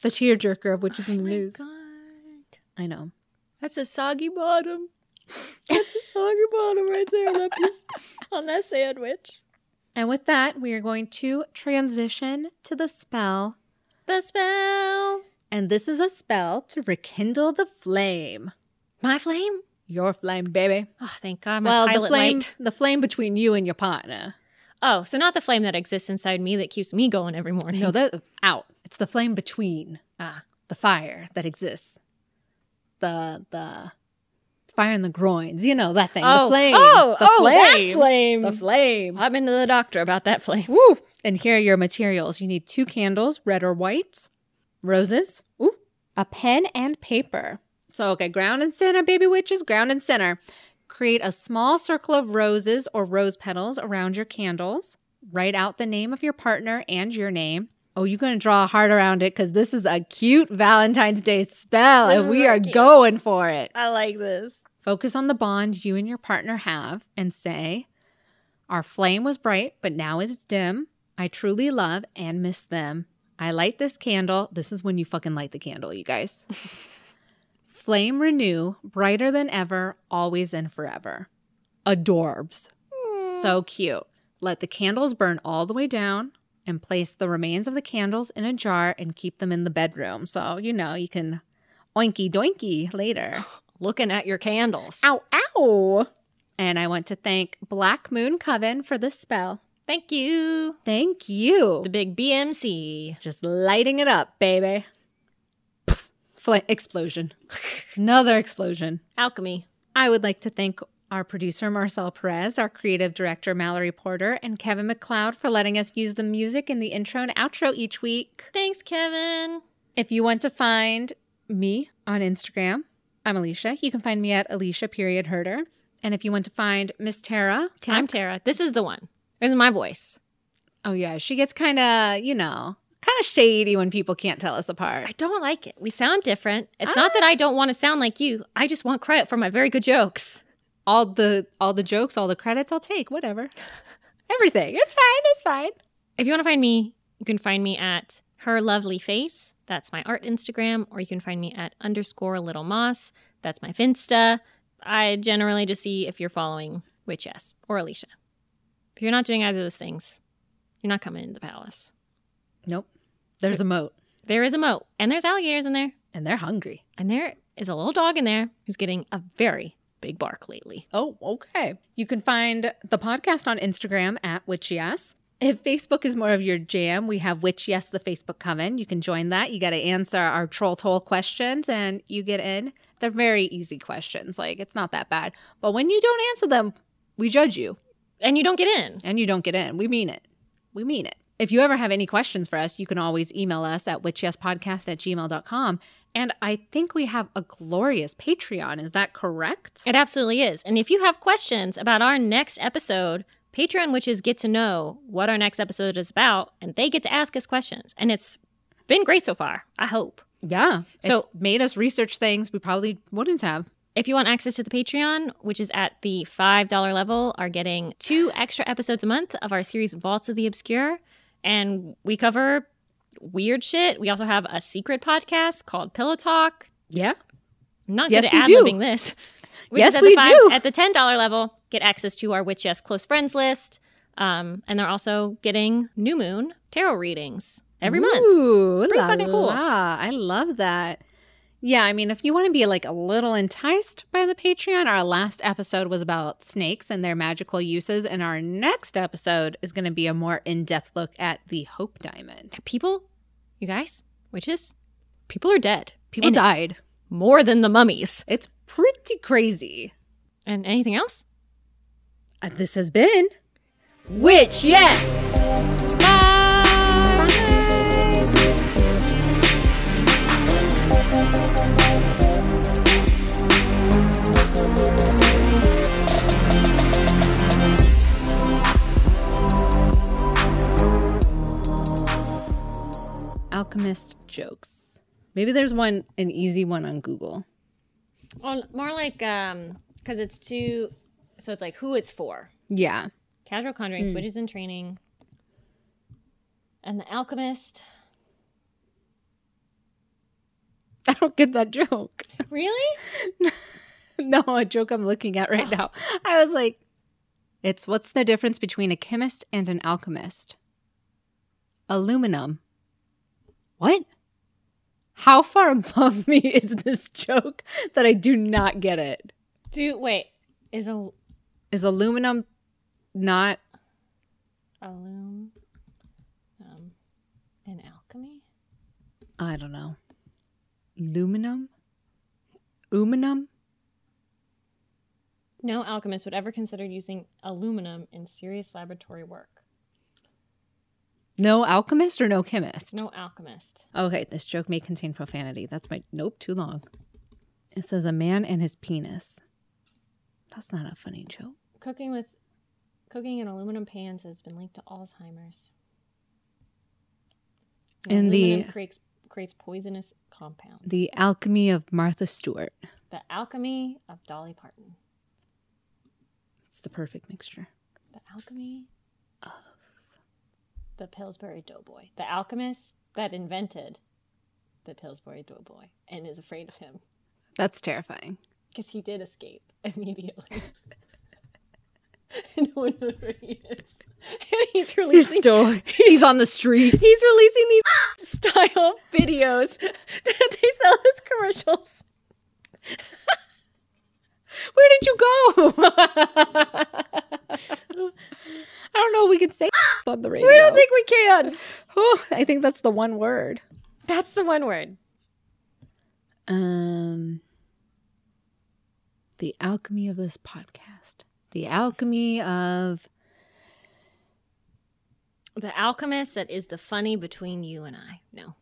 Speaker 2: The tearjerker of which is in the news.
Speaker 1: Oh God.
Speaker 2: I know.
Speaker 1: That's a soggy bottom. That's a soggy bottom right there on that
Speaker 2: [LAUGHS]
Speaker 1: piece, on that sandwich.
Speaker 2: And with that, we are going to transition to the spell.
Speaker 1: The spell.
Speaker 2: And this is a spell to rekindle the flame.
Speaker 1: My flame.
Speaker 2: Your flame, baby.
Speaker 1: Oh, thank God. My
Speaker 2: well,
Speaker 1: pilot
Speaker 2: the flame
Speaker 1: light.
Speaker 2: the flame between you and your partner.
Speaker 1: Oh, so not the flame that exists inside me that keeps me going every morning.
Speaker 2: No, that out. It's the flame between.
Speaker 1: ah,
Speaker 2: the fire that exists. The the fire in the groins, you know that thing.
Speaker 1: oh,
Speaker 2: the flame.
Speaker 1: Oh,
Speaker 2: the
Speaker 1: oh,
Speaker 2: flame.
Speaker 1: that flame.
Speaker 2: The flame.
Speaker 1: I've been to the doctor about that [LAUGHS] flame.
Speaker 2: Woo! And here are your materials. You need two candles, red or white, roses, ooh, a pen and paper. So okay, ground and center, baby witches, ground and center. Create a small circle of roses or rose petals around your candles. Write out the name of your partner and your name. Oh, you're gonna draw a heart around it because this is a cute Valentine's Day spell,
Speaker 1: This
Speaker 2: and
Speaker 1: is
Speaker 2: we
Speaker 1: really
Speaker 2: are
Speaker 1: cute.
Speaker 2: going for it.
Speaker 1: I like this.
Speaker 2: Focus on the bond you and your partner have and say, Our flame was bright, but now is dim. I truly love and miss them. I light this candle. This is when you fucking light the candle, you guys. flame renew, brighter than ever, always and forever. Adorbs. So cute. Let the candles burn all the way down and place the remains of the candles in a jar and keep them in the bedroom. So, you know, you can oinky doinky later.
Speaker 1: Looking at your candles.
Speaker 2: Ow, ow. And I want to thank Black Moon Coven for this spell.
Speaker 1: Thank you.
Speaker 2: Thank you.
Speaker 1: The big BMC.
Speaker 2: Just lighting it up, baby. Fl- explosion. [LAUGHS] Another explosion.
Speaker 1: Alchemy.
Speaker 2: I would like to thank our producer, Marcel Perez, our creative director, Mallory Porter, and Kevin McLeod for letting us use the music in the intro and outro each week.
Speaker 1: Thanks, Kevin.
Speaker 2: If you want to find me on Instagram, I'm Alicia. You can find me at Alicia period Herder. And if you want to find Miss Tara, Kemp,
Speaker 1: I'm Tara. This is the one. This is my voice.
Speaker 2: Oh yeah, she gets kind of, you know, kind of shady when people can't tell us
Speaker 1: I
Speaker 2: apart.
Speaker 1: don't like it. We sound different. It's not that I don't want to sound like you. I just want credit for my very good jokes.
Speaker 2: All the all the jokes, all the credits, I'll take [LAUGHS] whatever. Everything. It's fine. It's fine.
Speaker 1: If you want to find me, you can find me at her lovely face. That's my art Instagram, or you can find me at underscore little moss. That's my Finsta. I generally just see if you're following Witchess or Alicia. If you're not doing either of those things, you're not coming into the palace.
Speaker 2: Nope. There's a moat,
Speaker 1: There is a moat, and there's alligators in there,
Speaker 2: and they're hungry.
Speaker 1: and there is a little dog in there who's getting a very big bark lately.
Speaker 2: Oh, okay. You can find the podcast on Instagram at Witch Yes. If Facebook is more of your jam, we have Witch Yes, the Facebook Coven. You can join that. You got to answer our troll toll questions and you get in. They're very easy questions. Like, it's not that bad. But when you don't answer them, we judge you.
Speaker 1: And you don't get in.
Speaker 2: and you don't get in. We mean it. We mean it. If you ever have any questions for us, you can always email us at witchyespodcast at gmail.com. And I think we have a glorious Patreon. Is that correct?
Speaker 1: It absolutely is. And if you have questions about our next episode, Patreon witches get to know what our next episode is about, and they get to ask us questions. And it's been great so far, I hope.
Speaker 2: Yeah. it's
Speaker 1: So-
Speaker 2: made us research things we probably wouldn't have.
Speaker 1: If you want access to the Patreon, which is at the $5 level, are getting two extra episodes a month of our series Vaults of the Obscure. And we cover weird shit. We also have a secret podcast called Pillow Talk.
Speaker 2: Yeah.
Speaker 1: I'm not
Speaker 2: Yes,
Speaker 1: good
Speaker 2: we
Speaker 1: at
Speaker 2: do.
Speaker 1: ad-libbing this. Which
Speaker 2: Yes,
Speaker 1: is at
Speaker 2: we
Speaker 1: the
Speaker 2: do.
Speaker 1: At the ten dollar level, get access to our Witch Yes close friends list, um, and they're also getting new moon tarot readings every month.
Speaker 2: Ooh,
Speaker 1: It's pretty fucking cool.
Speaker 2: I love that. Yeah, I mean, if you want to be like a little enticed by the Patreon, our last episode was about snakes and their magical uses, and our next episode is going to be a more in-depth look at the Hope Diamond.
Speaker 1: People, you guys, witches, people are dead.
Speaker 2: People
Speaker 1: And it's
Speaker 2: died.
Speaker 1: more than the mummies.
Speaker 2: It's pretty crazy.
Speaker 1: And anything else?
Speaker 2: Uh, This has been
Speaker 1: Witch Yes.
Speaker 2: alchemist jokes. Maybe there's one an easy one on Google.
Speaker 1: Well, more like um, because it's too. So it's like who it's for.
Speaker 2: Yeah.
Speaker 1: Casual Conjuring,
Speaker 2: Mm.
Speaker 1: Witches in Training, and The Alchemist. [LAUGHS]
Speaker 2: [LAUGHS] I don't get that joke. [LAUGHS]
Speaker 1: Really?
Speaker 2: no, a joke I'm looking at right now. I was like, it's what's the difference between a chemist and an alchemist? Aluminum. What? How far [LAUGHS] above me is this joke that I do not get it?
Speaker 1: Do wait. Is a
Speaker 2: Is aluminum not
Speaker 1: alum um, an alchemy?
Speaker 2: I don't know. Aluminum? Aluminum?
Speaker 1: No alchemist would ever consider using aluminum in serious laboratory work.
Speaker 2: No alchemist or no chemist?
Speaker 1: No alchemist.
Speaker 2: Okay, this joke may contain profanity. That's my nope, too long. It says a man and his penis. That's not a funny joke.
Speaker 1: Cooking with cooking in aluminum pans has been linked to Alzheimer's. And
Speaker 2: In the-
Speaker 1: aluminum creates creates poisonous compounds.
Speaker 2: The alchemy of Martha Stewart.
Speaker 1: The alchemy of Dolly Parton.
Speaker 2: It's the perfect mixture.
Speaker 1: The alchemy of the Pillsbury Doughboy. The alchemist that invented the Pillsbury Doughboy and is afraid of him.
Speaker 2: That's terrifying.
Speaker 1: Because he did escape [LAUGHS] immediately. no one knows where he is. And he's
Speaker 2: [LAUGHS] He's
Speaker 1: releasing
Speaker 2: still [LAUGHS] he's on the street.
Speaker 1: he's releasing these [LAUGHS] style videos [LAUGHS] that they sell as commercials.
Speaker 2: [LAUGHS] Where did you [LAUGHS] go? I don't know if we could [LAUGHS] say on the radio.
Speaker 1: I don't think we can.
Speaker 2: [LAUGHS] oh, I think that's the one word.
Speaker 1: That's the one word.
Speaker 2: Um, the alchemy of this podcast. The alchemy of
Speaker 1: The alchemist that is the funny between you and I.
Speaker 2: [LAUGHS]
Speaker 1: No.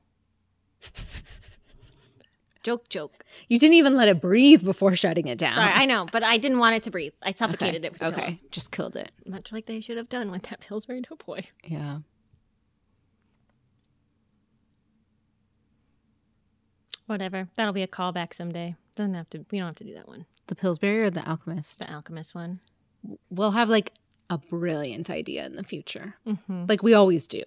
Speaker 1: joke, joke.
Speaker 2: you didn't even let it breathe before shutting it down.
Speaker 1: Sorry, I know, but I didn't want it to breathe. I
Speaker 2: okay.
Speaker 1: suffocated it with the
Speaker 2: okay,
Speaker 1: pillow.
Speaker 2: just killed it.
Speaker 1: Much like they should have done with that Pillsbury Doughboy.
Speaker 2: Yeah.
Speaker 1: Whatever. That'll be a callback someday. Doesn't have to. We don't have to do that one.
Speaker 2: The Pillsbury or the Alchemist?
Speaker 1: The alchemist one.
Speaker 2: We'll have like a brilliant idea in the future,
Speaker 1: Mm-hmm.
Speaker 2: like we always do.